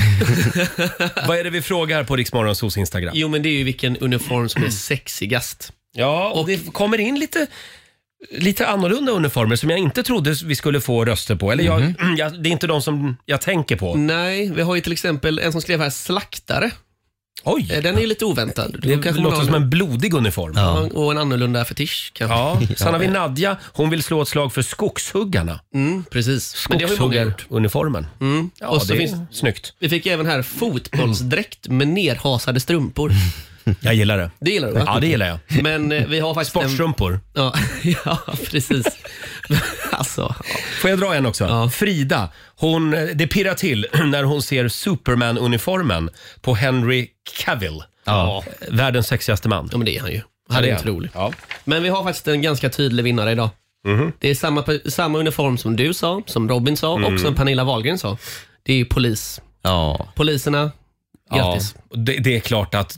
Vad är det vi frågar på Riksmorgonsos Instagram? Jo, men det är ju vilken uniform som är sexigast. Ja, och, det kommer in lite, lite annorlunda uniformer som jag inte trodde vi skulle få röster på. Eller jag, Mhm. jag, det är inte de som jag tänker på. Mm. Nej, vi har ju till exempel en som skrev här, slaktare. Oj! Eh, Den är ju lite oväntad. Det låter som en blodig uniform. Ja. Och en annorlunda fetisch kanske. Ja, sen har vi Nadja. Hon vill slå ett slag för skogshuggarna. Mm, precis. Men det har ju många gjort. Skogshuggaruniformen. Mm. Ja, och så det är finns, snyggt. Vi fick även här fotbollsdräkt med nerhasade strumpor. Jag gillar det. Det gillar du va? Ja, det gillar jag. Men eh, vi har faktiskt en- Sportstrumpor. Ja, ja precis. alltså, Får jag dra en också? Frida, hon, eh, det pirrar till när hon ser Superman-uniformen på Henry Cavill. Ja. Världens sexigaste man. Ja, men det är han ju. Ja, Han det är är otrolig. Ja. Mhm. Men vi har faktiskt en ganska tydlig vinnare idag. Det är samma, pe- samma uniform som du sa, som Robin sa Mm. och som Pernilla Wahlgren sa. Det är ju polis. Poliserna, grattis. Ja, det, det är klart att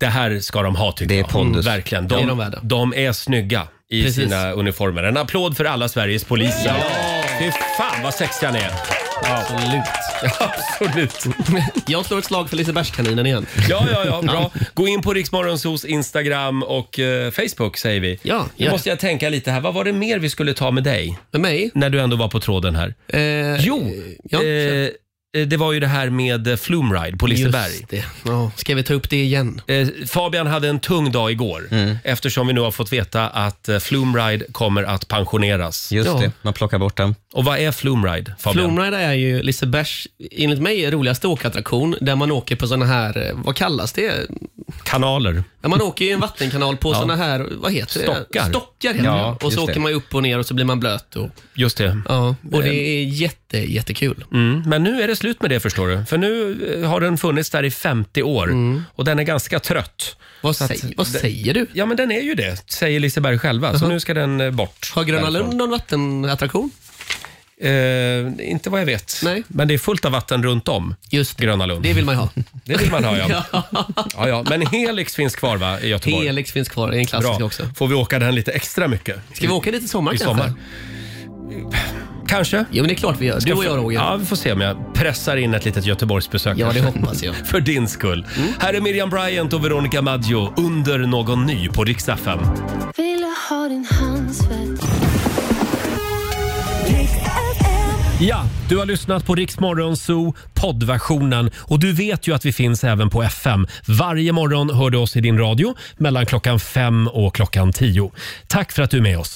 det här ska de ha tycker det är jag. pondus. Verkligen. Det De, är de, de är värda. snygga i Precis. sina uniformer. En applåd för alla Sveriges poliser. Fy fan vad sexiga ni är. Absolut. Absolut. Jag slår ett slag för Lisebergskaninen igen. Ja, ja, ja, bra. Gå in på Riksmorgonsos Instagram och eh, Facebook säger vi. Ja, nu gör måste jag tänka lite här. Vad var det mer vi skulle ta med dig? Med mig? När du ändå var på tråden här. Eh, jo, eh, eh, det var ju det här med eh, Flumride på Just Liseberg. Eh, det. Ska vi ta upp det igen? Fabian hade en tung dag igår Mm. eftersom vi nu har fått veta att eh, Flumride kommer att pensioneras. Just Ja. det, man plockar bort den. Och vad är Flumride, Fabian? Flumride är ju Lisebergs, enligt mig, roligaste åkattraktion där man åker på såna här, eh, vad kallas det? Kanaler. Ja, man åker ju i en vattenkanal på Ja. såna här, vad heter Stockar. det? Stockar. heter Ja, det. Och just så åker det. man ju upp och ner och så blir man blöt. Och, Just det. ja, och det Eh, är jätte, jättekul. Mm, men nu är det slut med det förstår du. För nu eh, har den funnits där i 50 år Mm. och den är ganska trött. Vad, Så att- säger, vad säger du? Ja, men den är ju det, säger Liseberg själva. Så Jaha. nu ska den eh, bort. Har Gröna därifrån. Lund någon vattenattraktion? Eh, inte vad jag vet. Nej. Men det är fullt av vatten runt om Just Gröna Lund. Det vill man ju ha. Det vill man ha, ja. Ja. ja, ja. Men Helix finns kvar va, i Göteborg? Helix finns kvar, det är en klassiker Bra. också. Får vi åka den lite extra mycket? Ska vi åka dit i sommar I kanske? sommar. Kanske. Jo, men det är klart vi gör. Du och jag, Roger. Ja, vi får se om jag pressar in ett litet Göteborgsbesök. Ja, det kanske. hoppas jag. Mm. För din skull. Här är Miriam Bryant och Veronica Maggio under någon ny på Rix FM. Vill ha din handsvett. Ja, du har lyssnat på Rix Morgon Zoo poddversionen och du vet ju att vi finns även på FM. Varje morgon hör du oss i din radio mellan klockan fem och klockan tio. Tack för att du är med oss.